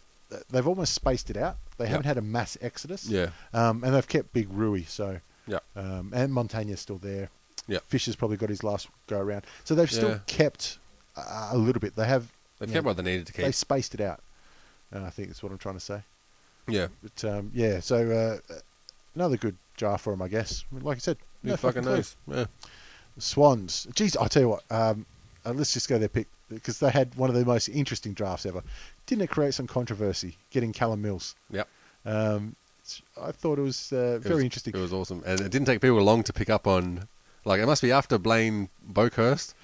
[SPEAKER 5] they've almost spaced it out. They
[SPEAKER 6] Yeah.
[SPEAKER 5] haven't had a mass exodus.
[SPEAKER 6] Yeah.
[SPEAKER 5] Um, and they've kept Big Rui. So
[SPEAKER 6] Yeah.
[SPEAKER 5] um, and Montagna's still there.
[SPEAKER 6] Yeah.
[SPEAKER 5] Fisher's probably got his last go around. So they've still
[SPEAKER 6] Yeah.
[SPEAKER 5] kept uh, a little bit. They have.
[SPEAKER 6] They've
[SPEAKER 5] you
[SPEAKER 6] kept
[SPEAKER 5] know,
[SPEAKER 6] what they needed to
[SPEAKER 5] They
[SPEAKER 6] keep.
[SPEAKER 5] spaced it out. Uh, I think that's what I'm trying to say.
[SPEAKER 6] Yeah.
[SPEAKER 5] But um, yeah, so uh, another good jar for him, I guess. I mean, like I said,
[SPEAKER 6] Who
[SPEAKER 5] no
[SPEAKER 6] fucking
[SPEAKER 5] clue.
[SPEAKER 6] knows? Yeah.
[SPEAKER 5] Swans. Jeez, I tell you what. Um, uh, let's just go there, pick because they had one of the most interesting drafts ever. Didn't it create some controversy getting Callum Mills?
[SPEAKER 6] Yep.
[SPEAKER 5] Um, it's- I thought it was uh,
[SPEAKER 6] It
[SPEAKER 5] very
[SPEAKER 6] was-
[SPEAKER 5] interesting.
[SPEAKER 6] It was awesome, and it didn't take people long to pick up on. Like it must be after Blaine Bokhurst.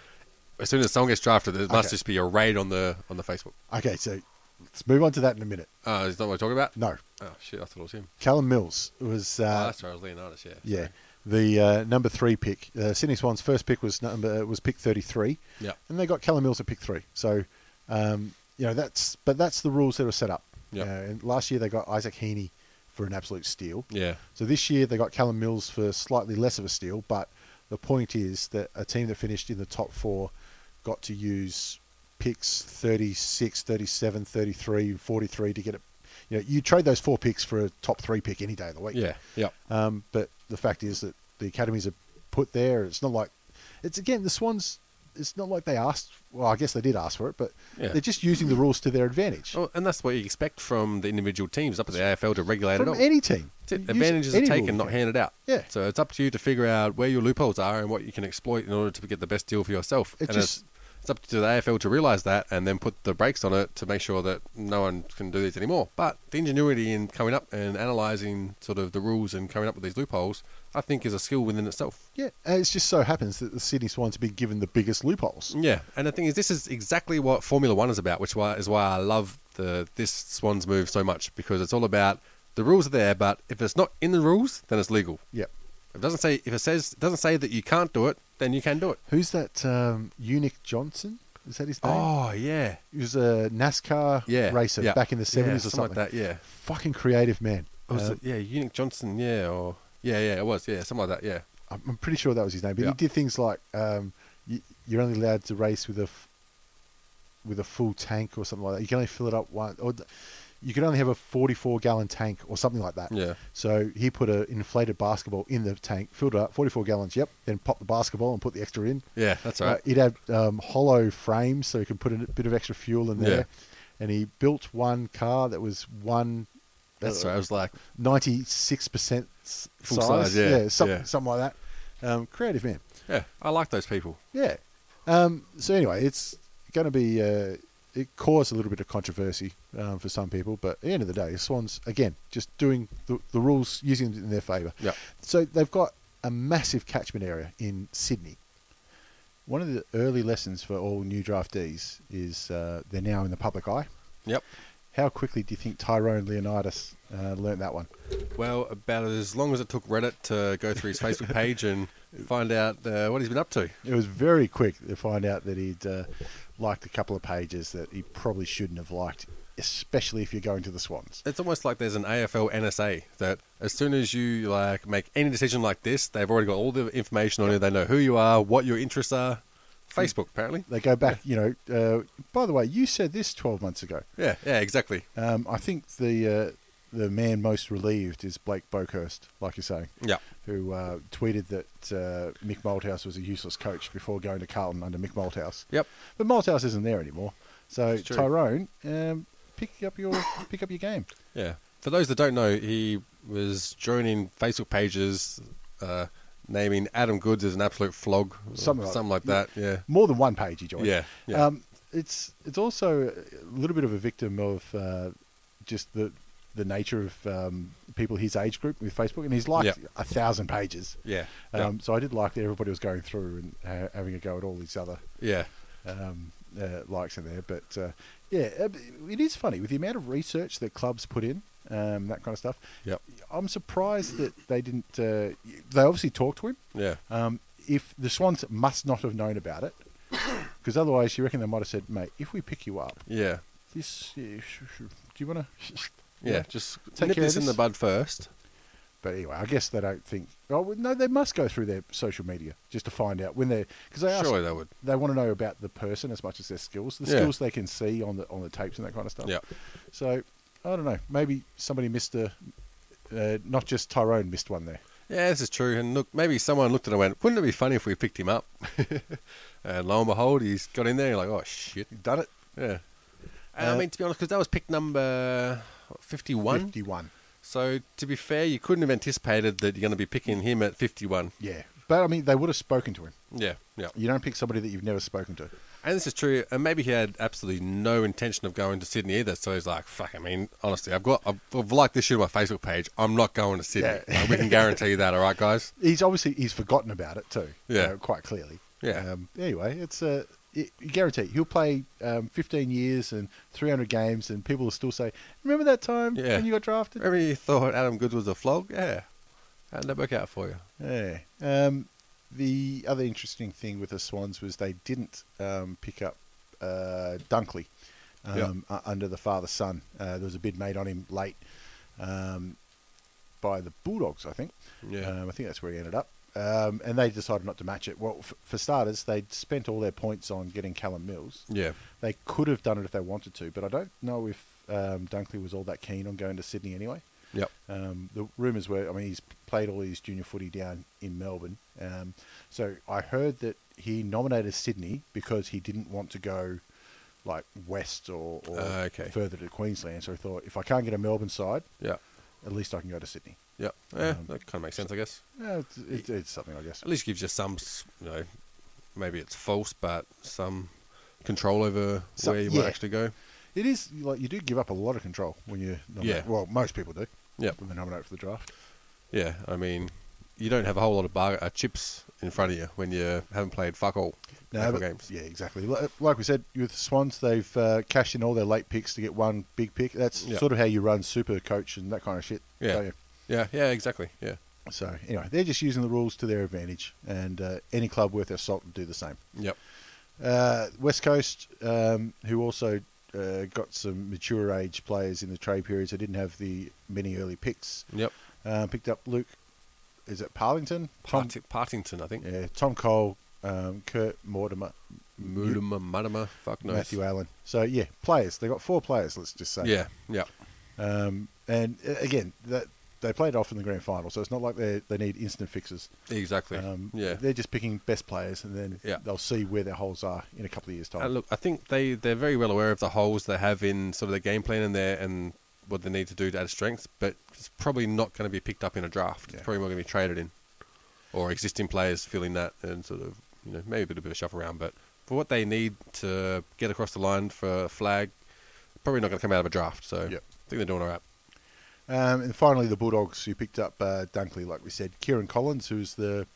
[SPEAKER 6] As soon as someone gets drafted, it must
[SPEAKER 5] Okay.
[SPEAKER 6] just be a raid on the on the Facebook.
[SPEAKER 5] Okay, so let's move on to that in a minute.
[SPEAKER 6] Uh, is that what we're talking about?
[SPEAKER 5] No,
[SPEAKER 6] Oh shit! I thought it was him.
[SPEAKER 5] Callum Mills was uh,
[SPEAKER 6] oh, that's right. It was Leonidas. Yeah.
[SPEAKER 5] yeah
[SPEAKER 6] sorry.
[SPEAKER 5] the uh, number three pick. Uh, Sydney Swans' first pick was number was pick thirty three.
[SPEAKER 6] Yeah.
[SPEAKER 5] and they got Callum Mills at pick three. So, um, you know, that's but that's the rules that are set up.
[SPEAKER 6] Yeah.
[SPEAKER 5] You know, and last year they got Isaac Heaney for an absolute steal.
[SPEAKER 6] Yeah.
[SPEAKER 5] So this year they got Callum Mills for slightly less of a steal. But the point is that a team that finished in the top four got to use picks 36, 37, 33, and 43 to get it. You know, you trade those four picks for a top three pick any day of the week.
[SPEAKER 6] Yeah. Yeah.
[SPEAKER 5] Um, but the fact is that the academies are put there. It's not like it's again the Swans. It's not like they asked. Well, I guess they did ask for it, but
[SPEAKER 6] Yeah.
[SPEAKER 5] they're just using the rules to their advantage
[SPEAKER 6] Oh, and that's what you expect from the individual teams up at the AFL to regulate
[SPEAKER 5] from
[SPEAKER 6] it all.
[SPEAKER 5] any team.
[SPEAKER 6] That's it.
[SPEAKER 5] Use
[SPEAKER 6] Advantages are
[SPEAKER 5] any
[SPEAKER 6] taken,
[SPEAKER 5] rule
[SPEAKER 6] not
[SPEAKER 5] you can.
[SPEAKER 6] handed out.
[SPEAKER 5] Yeah.
[SPEAKER 6] So it's up to you to figure out where your loopholes are and what you can exploit in order to get the best deal for yourself.
[SPEAKER 5] It
[SPEAKER 6] and
[SPEAKER 5] just-
[SPEAKER 6] it's, it's up to the AFL to realise that and then put the brakes on it to make sure that no one can do this anymore. But the ingenuity in coming up and analysing sort of the rules and coming up with these loopholes, I think, is a skill within itself.
[SPEAKER 5] Yeah, and it's just so happens that the Sydney Swans have been given the biggest loopholes.
[SPEAKER 6] Yeah. And the thing is, this is exactly what Formula One is about, which why, is why I love the this Swans move so much because it's all about the rules are there, but if it's not in the rules, then it's legal.
[SPEAKER 5] Yeah.
[SPEAKER 6] If it doesn't say if it says it doesn't say that you can't do it, then you can do it.
[SPEAKER 5] Who's that? Um, Unick Johnson is that his name?
[SPEAKER 6] yeah,
[SPEAKER 5] he was a NASCAR
[SPEAKER 6] Oh. yeah.
[SPEAKER 5] racer
[SPEAKER 6] yeah.
[SPEAKER 5] Oh, back in the seventies
[SPEAKER 6] yeah,
[SPEAKER 5] or something.
[SPEAKER 6] like that. Yeah,
[SPEAKER 5] Fucking creative man.
[SPEAKER 6] Or was
[SPEAKER 5] Uh,
[SPEAKER 6] it- yeah, Unique Johnson. Yeah, or yeah, yeah, it was. Yeah, something like that. Yeah,
[SPEAKER 5] I'm I'm pretty sure that was his name, but
[SPEAKER 6] Yeah.
[SPEAKER 5] he did things like um, you, you're only allowed to race with a f- with a full tank or something like that. You can only fill it up once, or th- you can only have a 44 gallon tank or something like that.
[SPEAKER 6] Yeah.
[SPEAKER 5] So he put an inflated basketball in the tank, filled it up 44 gallons. Yep. Then pop the basketball and put the extra in.
[SPEAKER 6] yeah, that's right.
[SPEAKER 5] Uh, he'd had um, hollow frames so he could put in a bit of extra fuel in there.
[SPEAKER 6] Yeah.
[SPEAKER 5] And he built one car that was one
[SPEAKER 6] that's right. I was like,
[SPEAKER 5] ninety-six percent
[SPEAKER 6] Full size, yeah,
[SPEAKER 5] some-
[SPEAKER 6] yeah.
[SPEAKER 5] something like that. Um, creative man,
[SPEAKER 6] yeah, I like those people.
[SPEAKER 5] yeah. Um, so anyway, it's going to be uh, it caused a little bit of controversy um, for some people, but at the end of the day, Swans again just doing the, the rules using them in their favour.
[SPEAKER 6] Yeah.
[SPEAKER 5] So they've got a massive catchment area in Sydney.
[SPEAKER 7] One of the early lessons for all new draftees is uh, they're now in the public eye.
[SPEAKER 6] Yep.
[SPEAKER 7] How quickly do you think Tyrone Leonidas uh, learnt that one?
[SPEAKER 6] Well, about as long as it took Reddit to go through his Facebook page and find out uh, what he's been up to.
[SPEAKER 7] It was very quick to find out that he'd uh, liked a couple of pages that he probably shouldn't have liked, especially if you're going to the Swans.
[SPEAKER 6] It's almost like there's an AFL NSA that as soon as you like make any decision like this, they've already got all the information on you. They know who you are, what your interests are.
[SPEAKER 7] Hmm.
[SPEAKER 6] Facebook, apparently.
[SPEAKER 7] They go back, you know. Uh, by the way, you said this 12 months ago.
[SPEAKER 6] Yeah, yeah, exactly.
[SPEAKER 7] Um, I think the uh, the man most relieved is Blake Bokhurst, like you're saying.
[SPEAKER 6] Yeah.
[SPEAKER 7] Who uh, tweeted that uh, Mick Malthouse was a useless coach before going to Carlton under Mick Malthouse.
[SPEAKER 6] Yep.
[SPEAKER 7] But Malthouse isn't there anymore, so
[SPEAKER 6] true.
[SPEAKER 7] Tyrone, um, pick up your pick up your game.
[SPEAKER 6] Yeah. For those that don't know, he was joining Facebook pages uh, naming Adam Goods as an absolute flog. or
[SPEAKER 7] Something like-
[SPEAKER 6] something like that. Yeah.
[SPEAKER 7] More than one page he joined.
[SPEAKER 6] Yeah, yeah.
[SPEAKER 7] Um, it's it's also a little bit of a victim of uh, just the the nature of um, people his age group with Facebook, and he's liked
[SPEAKER 6] Yeah.
[SPEAKER 7] a thousand pages.
[SPEAKER 6] Yeah.
[SPEAKER 7] Um, So I did like that everybody was going through and uh, having a go at all these other
[SPEAKER 6] yeah.
[SPEAKER 7] um, uh, likes in there. But uh, yeah, uh, it is funny with the amount of research that clubs put in, um, that kind of stuff.
[SPEAKER 6] Yep.
[SPEAKER 7] I'm surprised that they didn't. Uh, they obviously talked to him.
[SPEAKER 6] Yeah.
[SPEAKER 7] Um, if the Swans must not have known about
[SPEAKER 5] [coughs]
[SPEAKER 7] it, because otherwise you reckon they might have said, "Mate, if we pick you up,
[SPEAKER 6] Yeah.
[SPEAKER 7] this uh, sh- sh- do you want to?"
[SPEAKER 5] [laughs]
[SPEAKER 6] Yeah. Just
[SPEAKER 7] Take
[SPEAKER 6] nip
[SPEAKER 7] care of
[SPEAKER 6] this in
[SPEAKER 7] this.
[SPEAKER 6] the bud first.
[SPEAKER 5] But anyway, I guess they don't think. Oh well, no, they must go through their social media just to find out when they're because they ask,
[SPEAKER 6] Surely they would.
[SPEAKER 5] They want to know about the person as much as their skills, the
[SPEAKER 6] Yeah.
[SPEAKER 5] skills they can see on the on the tapes and that kind of stuff.
[SPEAKER 6] Yeah.
[SPEAKER 5] So I don't know. Maybe somebody missed a. Uh, not just Tyrone missed one there.
[SPEAKER 6] Yeah, this is true. And look, maybe someone looked at it and went, wouldn't it be funny if we picked him up? [laughs] and lo and behold, he's got in there. You're like, oh, shit.
[SPEAKER 5] Done it.
[SPEAKER 6] Yeah. And I mean, to be honest, because that was pick number what, 51.
[SPEAKER 5] Fifty-one.
[SPEAKER 6] So, to be fair, you couldn't have anticipated that you're going to be picking him at 51.
[SPEAKER 5] Yeah, but I mean, they would have spoken to him.
[SPEAKER 6] Yeah, yeah.
[SPEAKER 5] You don't pick somebody that you've never spoken to.
[SPEAKER 6] And this is true. And maybe he had absolutely no intention of going to Sydney either. So he's like, fuck, I mean, honestly, I've got, I've, I've liked this shit on my Facebook page. I'm not going to Sydney.
[SPEAKER 5] Yeah.
[SPEAKER 6] Like, we can guarantee that, all right, guys?
[SPEAKER 5] He's obviously he's forgotten about it too.
[SPEAKER 6] Yeah.
[SPEAKER 5] uh, quite clearly.
[SPEAKER 6] Yeah.
[SPEAKER 5] Um, anyway, it's a it, you guarantee he'll play um, 15 years and 300 games, and people will still say, "Remember that time
[SPEAKER 6] Yeah.
[SPEAKER 5] when you got drafted?"
[SPEAKER 6] Remember you thought Adam Good was a flog? Yeah. How'd that work out for you?
[SPEAKER 5] Yeah. Um, the other interesting thing with the Swans was they didn't um, pick up uh, Dunkley um, u- under the father son. Uh, there was a bid made on him late um, by the Bulldogs, I think.
[SPEAKER 6] Yeah.
[SPEAKER 5] Um, I think that's where he ended up. Um, and they decided not to match it. Well, f- for starters, they'd spent all their points on getting Callum Mills.
[SPEAKER 6] Yeah.
[SPEAKER 5] They could have done it if they wanted to, but I don't know if um, Dunkley was all that keen on going to Sydney anyway.
[SPEAKER 6] Yep.
[SPEAKER 5] Um, the rumours were, I mean, he's played all his junior footy down in Melbourne. Um, so I heard that he nominated Sydney because he didn't want to go like west or, or
[SPEAKER 6] Ah, okay.
[SPEAKER 5] further to Queensland. So he thought, if I can't get a Melbourne side,
[SPEAKER 6] Yeah.
[SPEAKER 5] at least I can go to Sydney.
[SPEAKER 6] Yeah. Yeah.
[SPEAKER 5] Um,
[SPEAKER 6] that kind of makes sense, I guess.
[SPEAKER 5] Yeah, it's, it's, it's something, I guess.
[SPEAKER 6] At least gives you some, s- you know, maybe it's false, but some control over
[SPEAKER 5] Some-
[SPEAKER 6] where you
[SPEAKER 5] yeah.
[SPEAKER 6] might actually go.
[SPEAKER 5] It is like you do give up a lot of control when you nominate.
[SPEAKER 6] Yeah.
[SPEAKER 5] Well, most people do.
[SPEAKER 6] Yep.
[SPEAKER 5] When they nominate for the draft.
[SPEAKER 6] Yeah, I mean, you don't have a whole lot of bar- uh, chips in front of you when you haven't played fuck all
[SPEAKER 5] No,
[SPEAKER 6] couple
[SPEAKER 5] but-
[SPEAKER 6] games.
[SPEAKER 5] Yeah, exactly. Li- Like we said, with Swans, they've uh, cashed in all their late picks to get one big pick. That's
[SPEAKER 6] Yeah.
[SPEAKER 5] sort of how you run super coach and that kind of shit.
[SPEAKER 6] Yeah.
[SPEAKER 5] don't you?
[SPEAKER 6] Yeah, yeah, exactly. Yeah,
[SPEAKER 5] So anyway, they're just using the rules to their advantage, and uh, any club worth their salt would do the same.
[SPEAKER 6] yep.
[SPEAKER 5] Uh, West Coast, um, who also uh, got some mature age players in the trade periods, they didn't have the many early picks.
[SPEAKER 6] Yep.
[SPEAKER 5] Uh, picked up Luke. Is it Parlington? Tom,
[SPEAKER 6] Part- Partington, I think.
[SPEAKER 5] yeah, Tom Cole, um, Kurt Mortimer,
[SPEAKER 6] Mulima, Mulima, fuck knows.
[SPEAKER 5] Matthew Allen. So yeah, players. They got four players. Let's just say.
[SPEAKER 6] Yeah, yeah,
[SPEAKER 5] Um, and uh, again, that they played off in the grand final, so it's not like they they need instant fixes.
[SPEAKER 6] exactly.
[SPEAKER 5] Um,
[SPEAKER 6] yeah.
[SPEAKER 5] They're just picking best players, and then
[SPEAKER 6] Yeah.
[SPEAKER 5] they'll see where their holes are in a couple of years' time.
[SPEAKER 6] And Uh, look, I think they they're very well aware of the holes they have in sort of their game plan and their and what they need to do to add strength, but it's probably not going to be picked up in a draft.
[SPEAKER 5] Yeah.
[SPEAKER 6] It's probably more going to be traded in, or existing players filling that and sort of you know maybe a bit of a shuffle around, but for what they need to get across the line for a flag, probably not going to come out of a draft. So
[SPEAKER 5] Yep.
[SPEAKER 6] I think they're doing all right.
[SPEAKER 5] Um, and finally, the Bulldogs, who picked up uh, Dunkley, like we said, Kieran Collins, who's the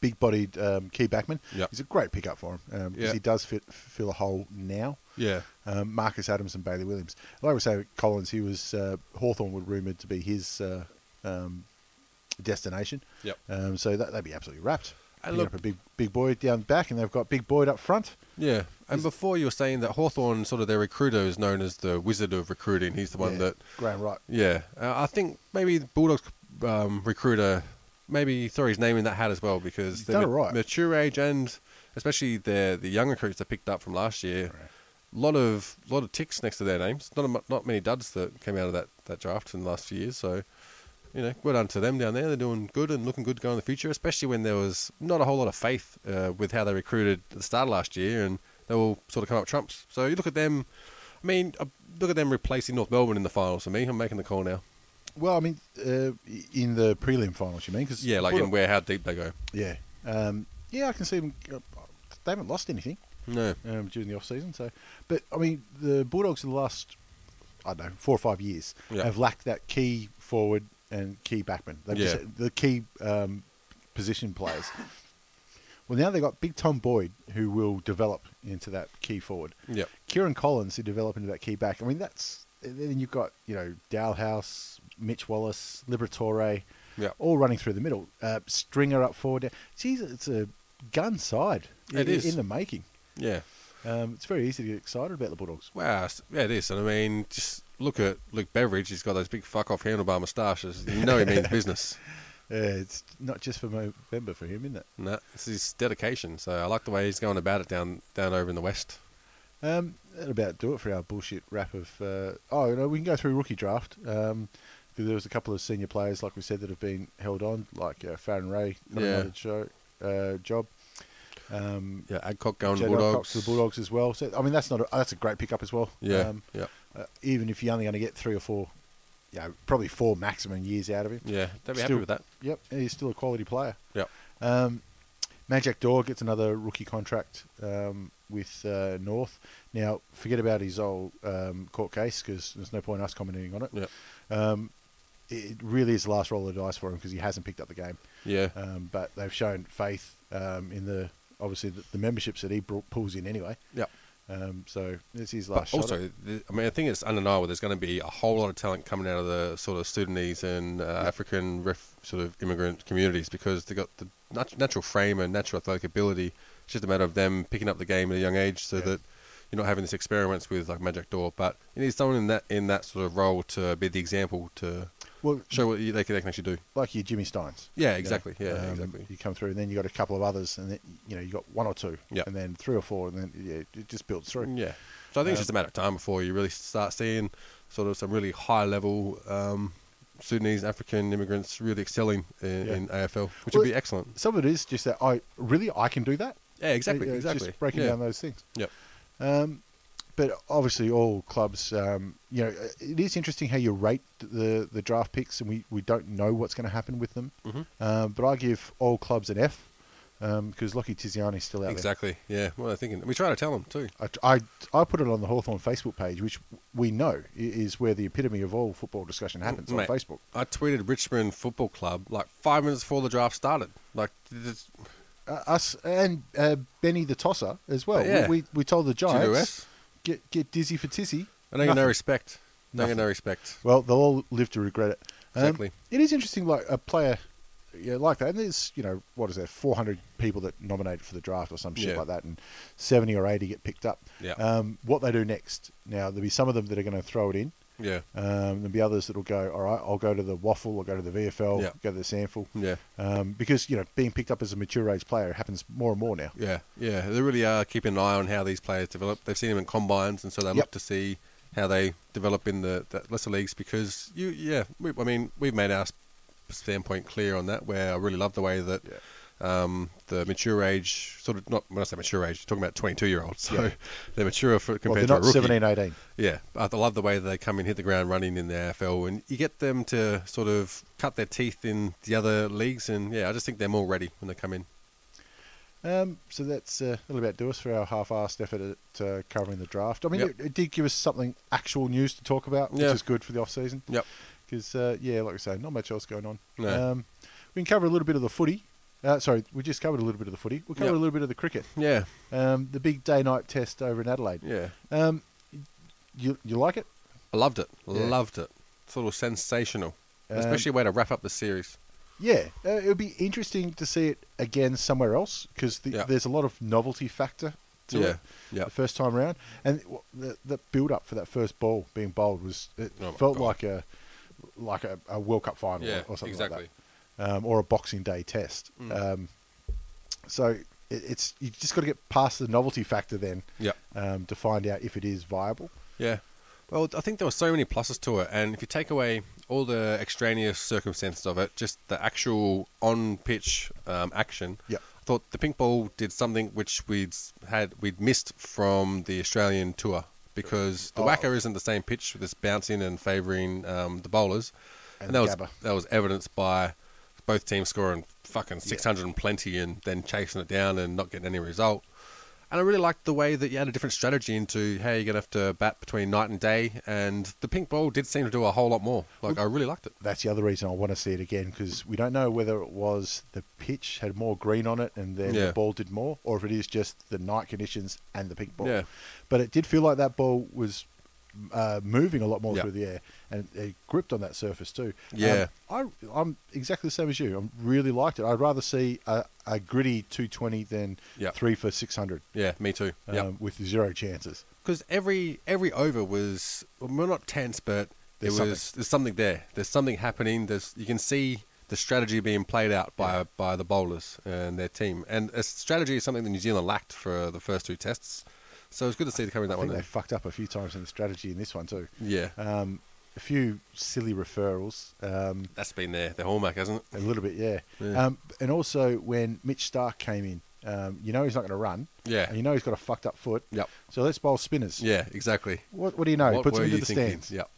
[SPEAKER 5] big-bodied um, key backman.
[SPEAKER 6] Yep.
[SPEAKER 5] He's a great pickup for him because
[SPEAKER 6] Yeah.
[SPEAKER 5] he does fit fill a hole now.
[SPEAKER 6] Yeah,
[SPEAKER 5] Um, Marcus Adams and Bailey Williams. Like we say, Collins, he was uh, Hawthorne were rumoured to be his uh, um, destination.
[SPEAKER 6] Yep.
[SPEAKER 5] Um, so that, they'd be absolutely wrapped.
[SPEAKER 6] And
[SPEAKER 5] Picking
[SPEAKER 6] look-
[SPEAKER 5] up a big big boy down back, and they've got big boy up front.
[SPEAKER 6] yeah. And before you were saying that Hawthorn, sort of their recruiter, is known as the wizard of recruiting. He's the one
[SPEAKER 5] Yeah,
[SPEAKER 6] that
[SPEAKER 5] Graham Wright.
[SPEAKER 6] Yeah, uh, I think maybe the Bulldogs um, recruiter maybe throw his name in that hat as well because
[SPEAKER 5] He's
[SPEAKER 6] the
[SPEAKER 5] done it right.
[SPEAKER 6] mature age and especially the the young recruits they picked up from last year, a lot of lot of ticks next to their names. Not a, mu- not many duds that came out of that, that draft in the last few years. So, you know, well done to them down there. They're doing good and looking good going in the future, especially when there was not a whole lot of faith uh, with how they recruited at the start of last year and they all sort of come up trumps. So you look at them. I mean, uh, look at them replacing North Melbourne in the finals for me. I'm making the call now.
[SPEAKER 5] Well, I mean, uh, in the prelim finals, you mean? Cause
[SPEAKER 6] Yeah, like in
[SPEAKER 5] Bulldog-
[SPEAKER 6] where how deep they go.
[SPEAKER 5] yeah, um, yeah. I can see them. uh, They haven't lost anything
[SPEAKER 6] No.
[SPEAKER 5] um, during the off season. So, but I mean, the Bulldogs in the last I don't know four or five years
[SPEAKER 6] Yeah.
[SPEAKER 5] have lacked that key forward and key backman. They've
[SPEAKER 6] Yeah.
[SPEAKER 5] just, the key um, position players. well, now they've got Big Tom Boyd, who will develop into that key forward.
[SPEAKER 6] Yep.
[SPEAKER 5] Kieran Collins, who develop into that key back. I mean, that's then you've got you know Dalhouse, Mitch Wallace, Liberatore,
[SPEAKER 6] Yeah.
[SPEAKER 5] all running through the middle. Uh, Stringer up forward. Jeez, it's a gun side.
[SPEAKER 6] It
[SPEAKER 5] i-
[SPEAKER 6] is.
[SPEAKER 5] in the making.
[SPEAKER 6] Yeah.
[SPEAKER 5] Um, it's very easy to get excited about the Bulldogs.
[SPEAKER 6] Wow. s- Yeah, it is. And I mean, just look at Luke Beveridge. He's got those big fuck off handlebar moustaches. You know he
[SPEAKER 5] [laughs]
[SPEAKER 6] means business.
[SPEAKER 5] Yeah, Uh, it's not just for November for him, isn't it?
[SPEAKER 6] No, this is dedication. So I like the way he's going about it down down over in the west.
[SPEAKER 5] Um, that about do it for our bullshit wrap of. Uh, oh, no, we can go through rookie draft. Um, 'cause there was a couple of senior players, like we said, that have been held on, like uh, Farron Ray, got
[SPEAKER 6] Yeah.
[SPEAKER 5] another show, uh, job. Um,
[SPEAKER 6] Yeah, Adcock going
[SPEAKER 5] Jed Alcock
[SPEAKER 6] Bulldogs.
[SPEAKER 5] to the Bulldogs as well. So I mean, that's not a, that's a great pickup as well.
[SPEAKER 6] Yeah,
[SPEAKER 5] Um,
[SPEAKER 6] yeah,
[SPEAKER 5] uh, even if you're only going to get three or four, you know, probably four maximum years out of him.
[SPEAKER 6] yeah. They'll be happy
[SPEAKER 5] still-
[SPEAKER 6] with that.
[SPEAKER 5] Yep, he's still a quality player.
[SPEAKER 6] Yep.
[SPEAKER 5] Um, Magic Dor gets another rookie contract um, with uh, North. Now, forget about his old um, court case because there's no point us commenting on it.
[SPEAKER 6] Yeah,
[SPEAKER 5] It really is the last roll of the dice for him because he hasn't picked up the game.
[SPEAKER 6] yeah.
[SPEAKER 5] Um, but they've shown faith um, in the obviously the, the memberships that he brought, pulls in anyway.
[SPEAKER 6] yeah.
[SPEAKER 5] Um, so it's his
[SPEAKER 6] But
[SPEAKER 5] last. shot at
[SPEAKER 6] also, the, I mean, I think it's undeniable. There's going to be a whole lot of talent coming out of the sort of Sudanese and uh, African ref, sort of immigrant communities because they've got the nat- natural frame and natural athletic ability. It's just a matter of them picking up the game at a young age, so that you're not having these experiments with like Magic Door. But you need someone in that in that sort of role to be the example to
[SPEAKER 5] Well-
[SPEAKER 6] show what you, they, can, they can actually do.
[SPEAKER 5] like your Jimmy Steins.
[SPEAKER 6] Yeah,
[SPEAKER 5] you know.
[SPEAKER 6] exactly. Yeah,
[SPEAKER 5] Um,
[SPEAKER 6] exactly.
[SPEAKER 5] You come through, and then you got a couple of others, and then you know you got one or two,
[SPEAKER 6] Yeah.
[SPEAKER 5] and then three or four, and then yeah, it just builds through.
[SPEAKER 6] Yeah. So I think it's just a matter of time before you really start seeing sort of some really high level um, Sudanese African immigrants really excelling in,
[SPEAKER 5] Yeah.
[SPEAKER 6] in AFL, which
[SPEAKER 5] Well,
[SPEAKER 6] would be excellent.
[SPEAKER 5] Some of it is just that I really I can do that.
[SPEAKER 6] Yeah, exactly,
[SPEAKER 5] Uh, uh,
[SPEAKER 6] exactly.
[SPEAKER 5] Just breaking
[SPEAKER 6] Yeah.
[SPEAKER 5] down those things.
[SPEAKER 6] Yep.
[SPEAKER 5] Um, but obviously, all clubs, um, you know, uh, it is interesting how you rate the the draft picks, and we, we don't know what's going to happen with them.
[SPEAKER 6] Mm-hmm.
[SPEAKER 5] Um, but I give all clubs an F um, because Lockie Tiziani's still out there.
[SPEAKER 6] Exactly. Yeah. What they're thinking. We try to tell them too.
[SPEAKER 5] I, I, I put it on the Hawthorn Facebook page, which we know i- is where the epitome of all football discussion happens
[SPEAKER 6] Mate,
[SPEAKER 5] on Facebook.
[SPEAKER 6] I tweeted Richmond Football Club like five minutes before the draft started. Like, this-
[SPEAKER 5] Uh, us and uh, Benny the Tosser as well.
[SPEAKER 6] Oh, Yeah.
[SPEAKER 5] We, we, we told the Giants
[SPEAKER 6] GWS.
[SPEAKER 5] get get dizzy for tizzy.
[SPEAKER 6] I don't get no
[SPEAKER 5] Nothing.
[SPEAKER 6] respect. Don't get no respect.
[SPEAKER 5] Well, they'll all live to regret it. Um,
[SPEAKER 6] Exactly.
[SPEAKER 5] It is interesting, like a player yeah, like that. And there's, you know, what is there, 400 people that nominated for the draft or some shit
[SPEAKER 6] Yeah.
[SPEAKER 5] like that, and 70 or 80 get picked up.
[SPEAKER 6] Yeah.
[SPEAKER 5] Um, what they do next. Now, there'll be some of them that are going to throw it in.
[SPEAKER 6] Yeah.
[SPEAKER 5] Um, there'll be others that'll go, all right, I'll go to the Waffle, I'll go to the VFL,
[SPEAKER 6] Yeah.
[SPEAKER 5] go to the Sandful.
[SPEAKER 6] Yeah.
[SPEAKER 5] Um, because, you know, being picked up as a mature age player happens more and more now.
[SPEAKER 6] Yeah, yeah, they really are keeping an eye on how these players develop. They've seen them in combines, and so they
[SPEAKER 5] Yep.
[SPEAKER 6] look to see how they develop in the, the lesser leagues. Because you, yeah, we, I mean, we've made our standpoint clear on that. Where I really love the way that um, the mature age, sort of not when I say mature age, talking about twenty-two-year-olds, so [laughs] they're mature for,
[SPEAKER 5] Well, they're
[SPEAKER 6] compared
[SPEAKER 5] not
[SPEAKER 6] to a rookie.
[SPEAKER 5] 17, 18.
[SPEAKER 6] Yeah, I th- love the way that they come in, hit the ground running in the AFL, and you get them to sort of cut their teeth in the other leagues. And yeah, I just think they're more ready when they come in.
[SPEAKER 5] Um, so that's uh, that'll about do us for our half-assed effort at uh, covering the draft. I mean,
[SPEAKER 6] Yep.
[SPEAKER 5] it, it did give us something actual news to talk about,
[SPEAKER 6] Yeah.
[SPEAKER 5] which is good for the off-season.
[SPEAKER 6] Yep.
[SPEAKER 5] Because uh, yeah, like I say, not much else going on.
[SPEAKER 6] No.
[SPEAKER 5] Um, we can cover a little bit of the footy. Uh, sorry, we just covered a little bit of the footy. We'll cover
[SPEAKER 6] Yep.
[SPEAKER 5] a little bit of the cricket.
[SPEAKER 6] Yeah,
[SPEAKER 5] Um, the big day-night test over in Adelaide.
[SPEAKER 6] yeah.
[SPEAKER 5] Um, you you like it?
[SPEAKER 6] I loved it.
[SPEAKER 5] Yeah.
[SPEAKER 6] Loved it. Sort of sensational.
[SPEAKER 5] Um,
[SPEAKER 6] Especially a way to wrap up the series.
[SPEAKER 5] Yeah, uh, it would be interesting to see it again somewhere else because the,
[SPEAKER 6] Yeah.
[SPEAKER 5] there's a lot of novelty factor to
[SPEAKER 6] Yeah,
[SPEAKER 5] it.
[SPEAKER 6] yeah.
[SPEAKER 5] The first time round, and w- the the build up for that first ball being bowled was it
[SPEAKER 6] Oh my
[SPEAKER 5] felt
[SPEAKER 6] God.
[SPEAKER 5] like a like a, a World Cup final
[SPEAKER 6] Yeah,
[SPEAKER 5] or something
[SPEAKER 6] exactly. Mm.
[SPEAKER 5] like that, um, or a Boxing Day test. Um, so it, it's you just got to get past the novelty factor then
[SPEAKER 6] Yeah.
[SPEAKER 5] um, to find out if it is viable.
[SPEAKER 6] Yeah. Well, I think there were so many pluses to it, and if you take away all the extraneous circumstances of it, just the actual on-pitch um, action,
[SPEAKER 5] Yeah.
[SPEAKER 6] I thought the pink ball did something which we'd had we'd missed from the Australian tour because the whacker isn't the same pitch with this bouncing and favouring um, the bowlers,
[SPEAKER 5] And
[SPEAKER 6] that was
[SPEAKER 5] Gabba.
[SPEAKER 6] that was evidenced by both teams scoring fucking six hundred and plenty, and then chasing it down and not getting any result. And I really liked the way that you had a different strategy into how you're going to have to bat between night and day. And the pink ball did seem to do a whole lot more. Like, I really liked it.
[SPEAKER 5] that's the other reason I want to see it again because we don't know whether it was the pitch had more green on it and then
[SPEAKER 6] Yeah.
[SPEAKER 5] the ball did more, or if it is just the night conditions and the pink ball.
[SPEAKER 6] Yeah.
[SPEAKER 5] But it did feel like that ball was uh, moving a lot more
[SPEAKER 6] Yeah.
[SPEAKER 5] through the air, and it gripped on that surface too.
[SPEAKER 6] Yeah.
[SPEAKER 5] Um, I, I'm exactly the same as you. I really liked it. I'd rather see a, a gritty 220 than
[SPEAKER 6] Yeah.
[SPEAKER 5] three for 600
[SPEAKER 6] Yeah, me too.
[SPEAKER 5] um,
[SPEAKER 6] Yeah,
[SPEAKER 5] with zero chances.
[SPEAKER 6] because every every over was well, not tense, but there
[SPEAKER 5] There's
[SPEAKER 6] was there's something there. There's something happening. There's you can see the strategy being played out by by the bowlers and their team. And a strategy is something that New Zealand lacked for the first two tests. So it's good to see them covering that
[SPEAKER 5] I
[SPEAKER 6] one.
[SPEAKER 5] think they
[SPEAKER 6] There.
[SPEAKER 5] fucked up a few times in the strategy in this one too.
[SPEAKER 6] Yeah,
[SPEAKER 5] Um, a few silly referrals. Um,
[SPEAKER 6] that's been their their hallmark, hasn't
[SPEAKER 5] A
[SPEAKER 6] it?
[SPEAKER 5] little bit, yeah.
[SPEAKER 6] Yeah.
[SPEAKER 5] Um, and also when Mitch Stark came in, um, you know he's not going to run.
[SPEAKER 6] Yeah.
[SPEAKER 5] And you know he's got a fucked up foot.
[SPEAKER 6] Yep.
[SPEAKER 5] So let's bowl spinners.
[SPEAKER 6] Yeah, exactly.
[SPEAKER 5] What, what do you know?
[SPEAKER 6] What
[SPEAKER 5] Puts
[SPEAKER 6] were
[SPEAKER 5] him into
[SPEAKER 6] you
[SPEAKER 5] the
[SPEAKER 6] thinking?
[SPEAKER 5] stands.
[SPEAKER 6] Yep.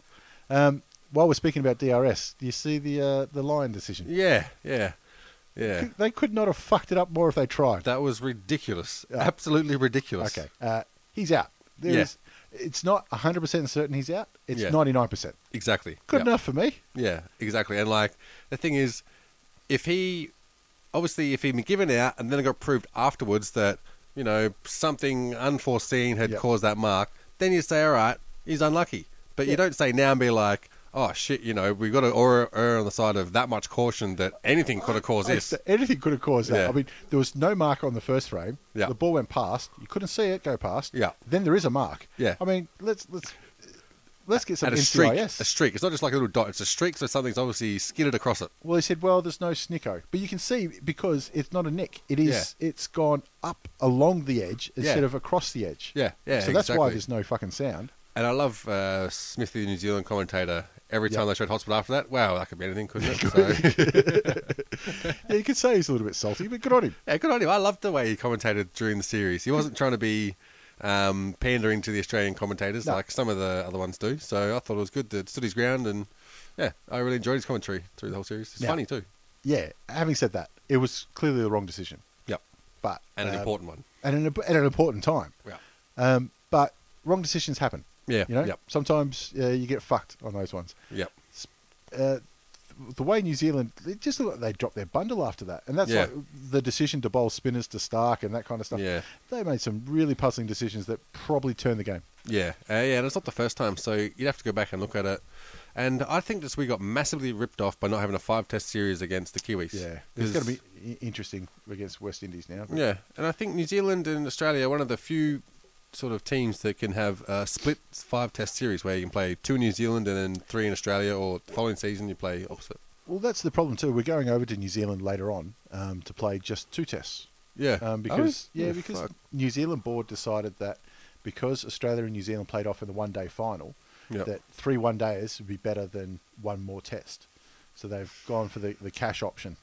[SPEAKER 5] Um, while we're speaking about DRS, do you see the uh, the line decision?
[SPEAKER 6] Yeah, yeah, yeah.
[SPEAKER 5] They could not have fucked it up more if they tried.
[SPEAKER 6] That was ridiculous. Absolutely ridiculous.
[SPEAKER 5] okay. Uh, he's out. There
[SPEAKER 6] Yeah.
[SPEAKER 5] is. It's not 100% certain he's out. It's
[SPEAKER 6] Yeah.
[SPEAKER 5] 99%.
[SPEAKER 6] Exactly.
[SPEAKER 5] Good
[SPEAKER 6] Yep.
[SPEAKER 5] enough for me.
[SPEAKER 6] Yeah, exactly. And like the thing is, if he obviously if he'd been given out and then it got proved afterwards that you know something unforeseen had
[SPEAKER 5] Yep.
[SPEAKER 6] caused that mark, then you say, all right, he's unlucky. But you don't say now and be like, oh shit, you know, we got to err, err on the side of that much caution that anything could have caused this.
[SPEAKER 5] So anything could have caused that.
[SPEAKER 6] Yeah.
[SPEAKER 5] I mean, there was no mark on the first frame.
[SPEAKER 6] Yeah.
[SPEAKER 5] The ball went past. You couldn't see it go past.
[SPEAKER 6] Yeah.
[SPEAKER 5] Then there is a mark.
[SPEAKER 6] Yeah.
[SPEAKER 5] I mean, let's let's let's get some
[SPEAKER 6] And a streak, a
[SPEAKER 5] NCIS.
[SPEAKER 6] streak. It's not just like a little dot. It's a streak, so something's obviously skidded across it.
[SPEAKER 5] well, he said, well, there's no snicko, but you can see because it's not a nick. It is. It's gone up along the edge instead
[SPEAKER 6] Yeah.
[SPEAKER 5] of across the edge.
[SPEAKER 6] Yeah, yeah,
[SPEAKER 5] So that's why
[SPEAKER 6] exactly.
[SPEAKER 5] there's no fucking sound.
[SPEAKER 6] And I love uh, Smithy, the New Zealand commentator. Every time
[SPEAKER 5] Yeah.
[SPEAKER 6] they showed hospital after that, wow, that could be anything, couldn't it? So,
[SPEAKER 5] Yeah, you could say he's a little bit salty, but good on him.
[SPEAKER 6] Yeah, good on him. I loved the way he commentated during the series. He wasn't trying to be um, pandering to the Australian commentators
[SPEAKER 5] No.
[SPEAKER 6] like some of the other ones do. So I thought it was good that stood his ground, and yeah, I really enjoyed his commentary through the whole series. It's
[SPEAKER 5] Now-
[SPEAKER 6] funny too.
[SPEAKER 5] Yeah. Having said that, it was clearly the wrong decision,
[SPEAKER 6] Yep,
[SPEAKER 5] but
[SPEAKER 6] and an
[SPEAKER 5] um,
[SPEAKER 6] important one.
[SPEAKER 5] and an, at an important time.
[SPEAKER 6] Yeah,
[SPEAKER 5] Um, but wrong decisions happen.
[SPEAKER 6] yeah,
[SPEAKER 5] You know,
[SPEAKER 6] yep,
[SPEAKER 5] sometimes uh, you get fucked on those ones.
[SPEAKER 6] yep.
[SPEAKER 5] Uh, the way New Zealand, it just looked like they dropped their bundle after that, and that's
[SPEAKER 6] Yeah.
[SPEAKER 5] like the decision to bowl spinners to Stark and that kind of stuff.
[SPEAKER 6] Yeah.
[SPEAKER 5] they made some really puzzling decisions that probably turned the game.
[SPEAKER 6] Yeah, uh, yeah, and it's not the first time, so you'd have to go back and look at it. And I think this we got massively ripped off by not having a five test series against the Kiwis.
[SPEAKER 5] Yeah, it's
[SPEAKER 6] 'Cause-
[SPEAKER 5] going to be i- interesting against West Indies now. but-
[SPEAKER 6] Yeah, and I think New Zealand and Australia are one of the few sort of teams that can have a split five test series where you can play two in New Zealand and then three in Australia, or the following season you play opposite.
[SPEAKER 5] Well, that's the problem too. We're going over to New Zealand later on um, to play just two tests.
[SPEAKER 6] Oh, Yeah.
[SPEAKER 5] [laughs] Um, because yeah, because New Zealand board decided that because Australia and New Zealand played off in the one day final,
[SPEAKER 6] Yep.
[SPEAKER 5] that three one days would be better than one more test. So they've gone for the, the cash option,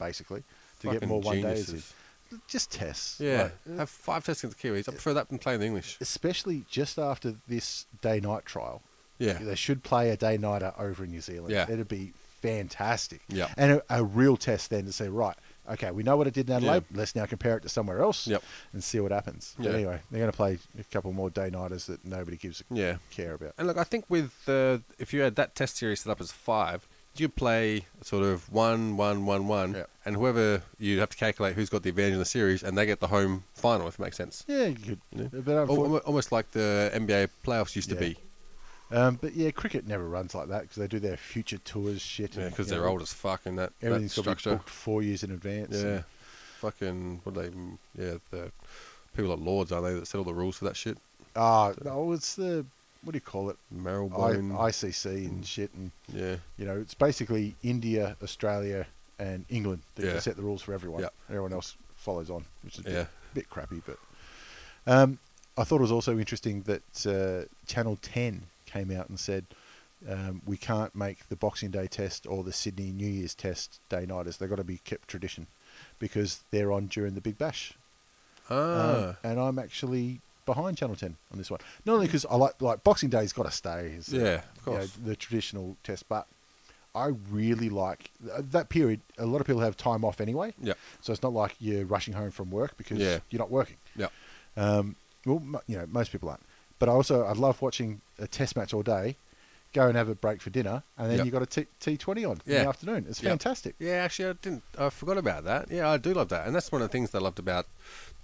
[SPEAKER 5] basically, to get
[SPEAKER 6] Fucking
[SPEAKER 5] more one days.
[SPEAKER 6] geniuses.
[SPEAKER 5] in. Just tests.
[SPEAKER 6] Yeah,
[SPEAKER 5] like,
[SPEAKER 6] have five tests against the Kiwis. I prefer that than playing the English.
[SPEAKER 5] especially just after this day night trial.
[SPEAKER 6] Yeah.
[SPEAKER 5] They should play a day nighter over in New Zealand.
[SPEAKER 6] Yeah.
[SPEAKER 5] It'd be fantastic.
[SPEAKER 6] Yeah.
[SPEAKER 5] And a, a real test then to say, right, okay, we know what it did in Adelaide.
[SPEAKER 6] Yeah.
[SPEAKER 5] Let's now compare it to somewhere else
[SPEAKER 6] Yep.
[SPEAKER 5] and see what happens. But
[SPEAKER 6] Yeah.
[SPEAKER 5] anyway, they're going to play a couple more day nighters that nobody gives a
[SPEAKER 6] Yeah.
[SPEAKER 5] care about.
[SPEAKER 6] And look, I think with uh, if you had that test series set up as five, you play sort of one, one, one, one,
[SPEAKER 5] Yeah.
[SPEAKER 6] and whoever you have to calculate who's got the advantage in the series, and they get the home final, if it makes sense.
[SPEAKER 5] Yeah, you could. But,
[SPEAKER 6] Al-
[SPEAKER 5] unfor-
[SPEAKER 6] almo- Almost like the NBA playoffs used to
[SPEAKER 5] Yeah.
[SPEAKER 6] be.
[SPEAKER 5] um, but yeah, cricket never runs like that because they do their future tours shit.
[SPEAKER 6] Yeah,
[SPEAKER 5] and,
[SPEAKER 6] because
[SPEAKER 5] you know,
[SPEAKER 6] they're old as fuck in that, that
[SPEAKER 5] Everything's got to be
[SPEAKER 6] structure.
[SPEAKER 5] booked four years in advance.
[SPEAKER 6] Yeah,
[SPEAKER 5] and-
[SPEAKER 6] fucking what are they? mm, Yeah, the people at Lords are they that set all the rules for that shit?
[SPEAKER 5] Ah, no, it's the, what do you call it? I,
[SPEAKER 6] Marylebone.
[SPEAKER 5] ICC and shit. And
[SPEAKER 6] yeah,
[SPEAKER 5] you know, it's basically India, Australia, and England that
[SPEAKER 6] Yeah.
[SPEAKER 5] can set the rules for everyone.
[SPEAKER 6] Yeah.
[SPEAKER 5] Everyone else follows on, which is a
[SPEAKER 6] Yeah.
[SPEAKER 5] bit, bit crappy. But um, I thought it was also interesting that uh, Channel 10 came out and said, um, we can't make the Boxing Day test or the Sydney New Year's test day nighters. They've got to be kept tradition because they're on during the Big Bash.
[SPEAKER 6] ah,
[SPEAKER 5] Um, and I'm actually behind Channel 10 on this one. Not only because I like like Boxing Day's got to stay. Is,
[SPEAKER 6] Yeah, of
[SPEAKER 5] you know,
[SPEAKER 6] course.
[SPEAKER 5] the traditional test, but I really like th- that period. A lot of people have time off anyway.
[SPEAKER 6] Yeah.
[SPEAKER 5] So it's not like you're rushing home from work because
[SPEAKER 6] Yeah.
[SPEAKER 5] you're not working.
[SPEAKER 6] yeah,
[SPEAKER 5] Um, well, mo- you know, most people aren't. But I also I love watching a test match all day. Go and have a break for dinner, and then
[SPEAKER 6] Yeah.
[SPEAKER 5] you got a T- T20 on in
[SPEAKER 6] Yeah.
[SPEAKER 5] the afternoon. It's
[SPEAKER 6] Yeah.
[SPEAKER 5] fantastic.
[SPEAKER 6] yeah. Actually, I didn't. I forgot about that. Yeah, I do love that, and that's one of the things that I loved about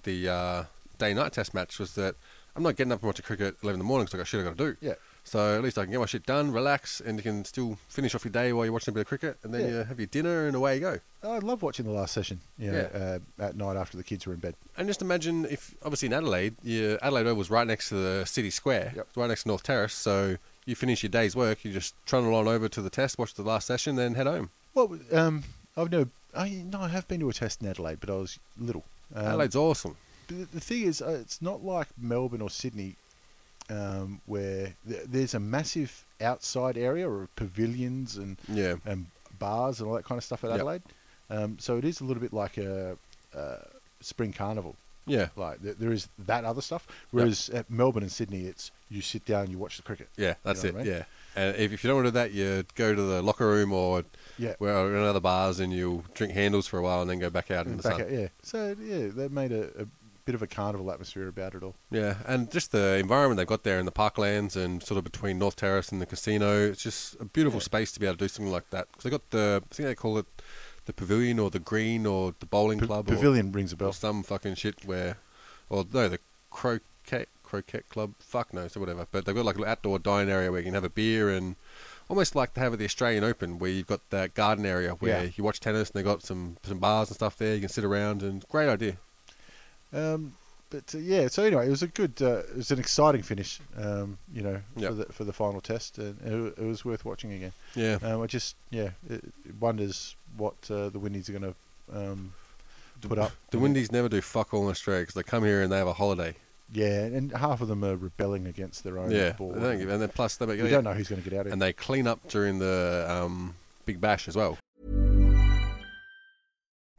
[SPEAKER 6] the uh, day-night test match was that I'm not getting up and watching cricket at eleven in the morning because I got shit I got to do.
[SPEAKER 5] Yeah.
[SPEAKER 6] So at least I can get my shit done, relax, and you can still finish off your day while you're watching a bit of cricket, and then
[SPEAKER 5] Yeah.
[SPEAKER 6] you have your dinner and away you go.
[SPEAKER 5] I love watching the last session. You know, uh, at night after the kids were in bed.
[SPEAKER 6] And just imagine if, obviously, in Adelaide, your Adelaide Oval's right next to the city square,
[SPEAKER 5] Yep.
[SPEAKER 6] it's right next to North Terrace. So you finish your day's work, you just trundle on over to the test, watch the last session, then head home.
[SPEAKER 5] Well, um, I've never. I no, I have been to a test in Adelaide, but I was little. Um,
[SPEAKER 6] Adelaide's awesome.
[SPEAKER 5] But the- the thing is, uh, it's not like Melbourne or Sydney, um, where th- there's a massive outside area of pavilions and
[SPEAKER 6] Yeah.
[SPEAKER 5] and bars and all that kind of stuff at
[SPEAKER 6] Yep.
[SPEAKER 5] Adelaide. Um, so it is a little bit like a, a spring carnival.
[SPEAKER 6] Yeah.
[SPEAKER 5] Like th- there is that other stuff. Whereas at Melbourne and Sydney, it's you sit down, you watch the cricket.
[SPEAKER 6] Yeah, that's
[SPEAKER 5] know
[SPEAKER 6] it.
[SPEAKER 5] what I mean?
[SPEAKER 6] Yeah. And if, if you don't want to do that, you go to the locker room or
[SPEAKER 5] Yeah.
[SPEAKER 6] where or another bars and you'll drink handles for a while and then go back out in
[SPEAKER 5] And
[SPEAKER 6] the
[SPEAKER 5] back
[SPEAKER 6] sun.
[SPEAKER 5] out, yeah. So yeah, they made a, a bit of a carnival atmosphere about it all.
[SPEAKER 6] Yeah, and just the environment they've got there in the parklands and sort of between North Terrace and the casino. It's just a beautiful space to be able to do something like that. Because they got the, I think they call it the pavilion or the green or the bowling
[SPEAKER 5] Pa-
[SPEAKER 6] club
[SPEAKER 5] Pavilion rings a
[SPEAKER 6] or, or
[SPEAKER 5] bell.
[SPEAKER 6] some fucking shit where, or no, the croquet croquet club. Fuck no, so whatever. But they've got like an outdoor dining area where you can have a beer and almost like they have at the Australian Open where you've got that garden area where
[SPEAKER 5] Yeah.
[SPEAKER 6] you watch tennis and they got some some bars and stuff there. You can sit around and great idea.
[SPEAKER 5] Um, but uh, yeah, so anyway, it was a good, uh, it was an exciting finish. Um, you know,
[SPEAKER 6] Yep.
[SPEAKER 5] for the for the final test, and it, wa- it was worth watching again.
[SPEAKER 6] Yeah.
[SPEAKER 5] Um, I just yeah, it, it wonders what uh, the Windies are going to um, put up.
[SPEAKER 6] The Windies never do fuck all in Australia because they come here and they have a holiday.
[SPEAKER 5] Yeah, and half of them are rebelling against their own
[SPEAKER 6] yeah,
[SPEAKER 5] board.
[SPEAKER 6] they don't give, and then plus they make,
[SPEAKER 5] Oh, we don't know who's going to get out of it.
[SPEAKER 6] and they clean up during the um, Big Bash as well.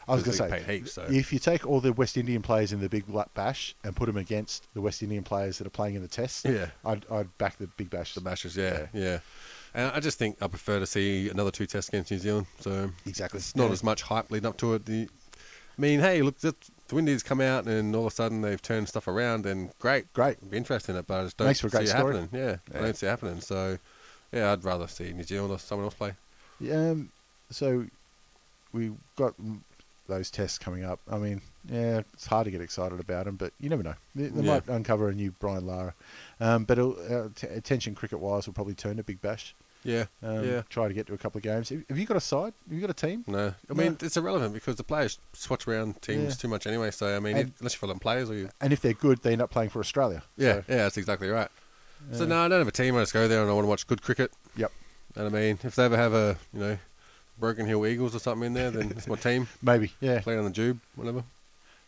[SPEAKER 5] I was going
[SPEAKER 6] Because
[SPEAKER 5] to
[SPEAKER 6] they
[SPEAKER 5] say,
[SPEAKER 6] paid heaps, so-
[SPEAKER 5] if you take all the West Indian players in the Big Black Bash and put them against the West Indian players that are playing in the Test,
[SPEAKER 6] Yeah.
[SPEAKER 5] I'd, I'd back the Big Bash.
[SPEAKER 6] The Bashes, yeah, yeah, And I just think I prefer to see another two tests against New Zealand. So
[SPEAKER 5] Exactly.
[SPEAKER 6] it's not
[SPEAKER 5] Yeah.
[SPEAKER 6] as much hype leading up to it. The, I mean, hey, look, the, the Windies come out and all of a sudden they've turned stuff around and great,
[SPEAKER 5] Great.
[SPEAKER 6] It'd be interesting in it, but I just don't
[SPEAKER 5] Makes for a great
[SPEAKER 6] see it
[SPEAKER 5] story.
[SPEAKER 6] happening. Yeah, I don't see it happening. So yeah, I'd rather see New Zealand or someone else play.
[SPEAKER 5] Um, so we've got m- those tests coming up. I mean, yeah, it's hard to get excited about them, but you never know. They, they
[SPEAKER 6] Yeah.
[SPEAKER 5] might uncover a new Brian Lara. Um, but it'll- uh, t- attention cricket wise will probably turn to Big Bash.
[SPEAKER 6] Yeah,
[SPEAKER 5] Um,
[SPEAKER 6] yeah.
[SPEAKER 5] Try to get to a couple of games. Have have you got a side? Have you got a team?
[SPEAKER 6] No, I mean it's irrelevant because the players swatch around teams
[SPEAKER 5] Yeah.
[SPEAKER 6] too much anyway. So I mean,
[SPEAKER 5] And-
[SPEAKER 6] if, unless you're following players, or you,
[SPEAKER 5] And if they're good, they end up playing for Australia.
[SPEAKER 6] yeah,
[SPEAKER 5] So,
[SPEAKER 6] yeah, that's exactly right. So no, I don't have a team. I just go there and I want to watch good cricket.
[SPEAKER 5] yep.
[SPEAKER 6] And I mean, if they ever have a you know Broken Hill Eagles or something in there, then [laughs] it's my team
[SPEAKER 5] Maybe. Yeah.
[SPEAKER 6] playing on the Jube, whatever.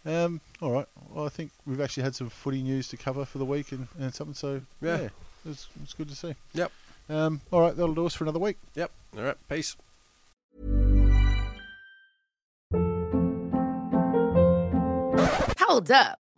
[SPEAKER 5] Um, all right. Well, I think we've actually had some footy news to cover for the week and, and something. So
[SPEAKER 6] Yeah.
[SPEAKER 5] yeah, it was, it was good to see.
[SPEAKER 6] Yep,
[SPEAKER 5] Um, all right, that'll do us for another week.
[SPEAKER 6] yep. All right, peace.
[SPEAKER 8] Hold up.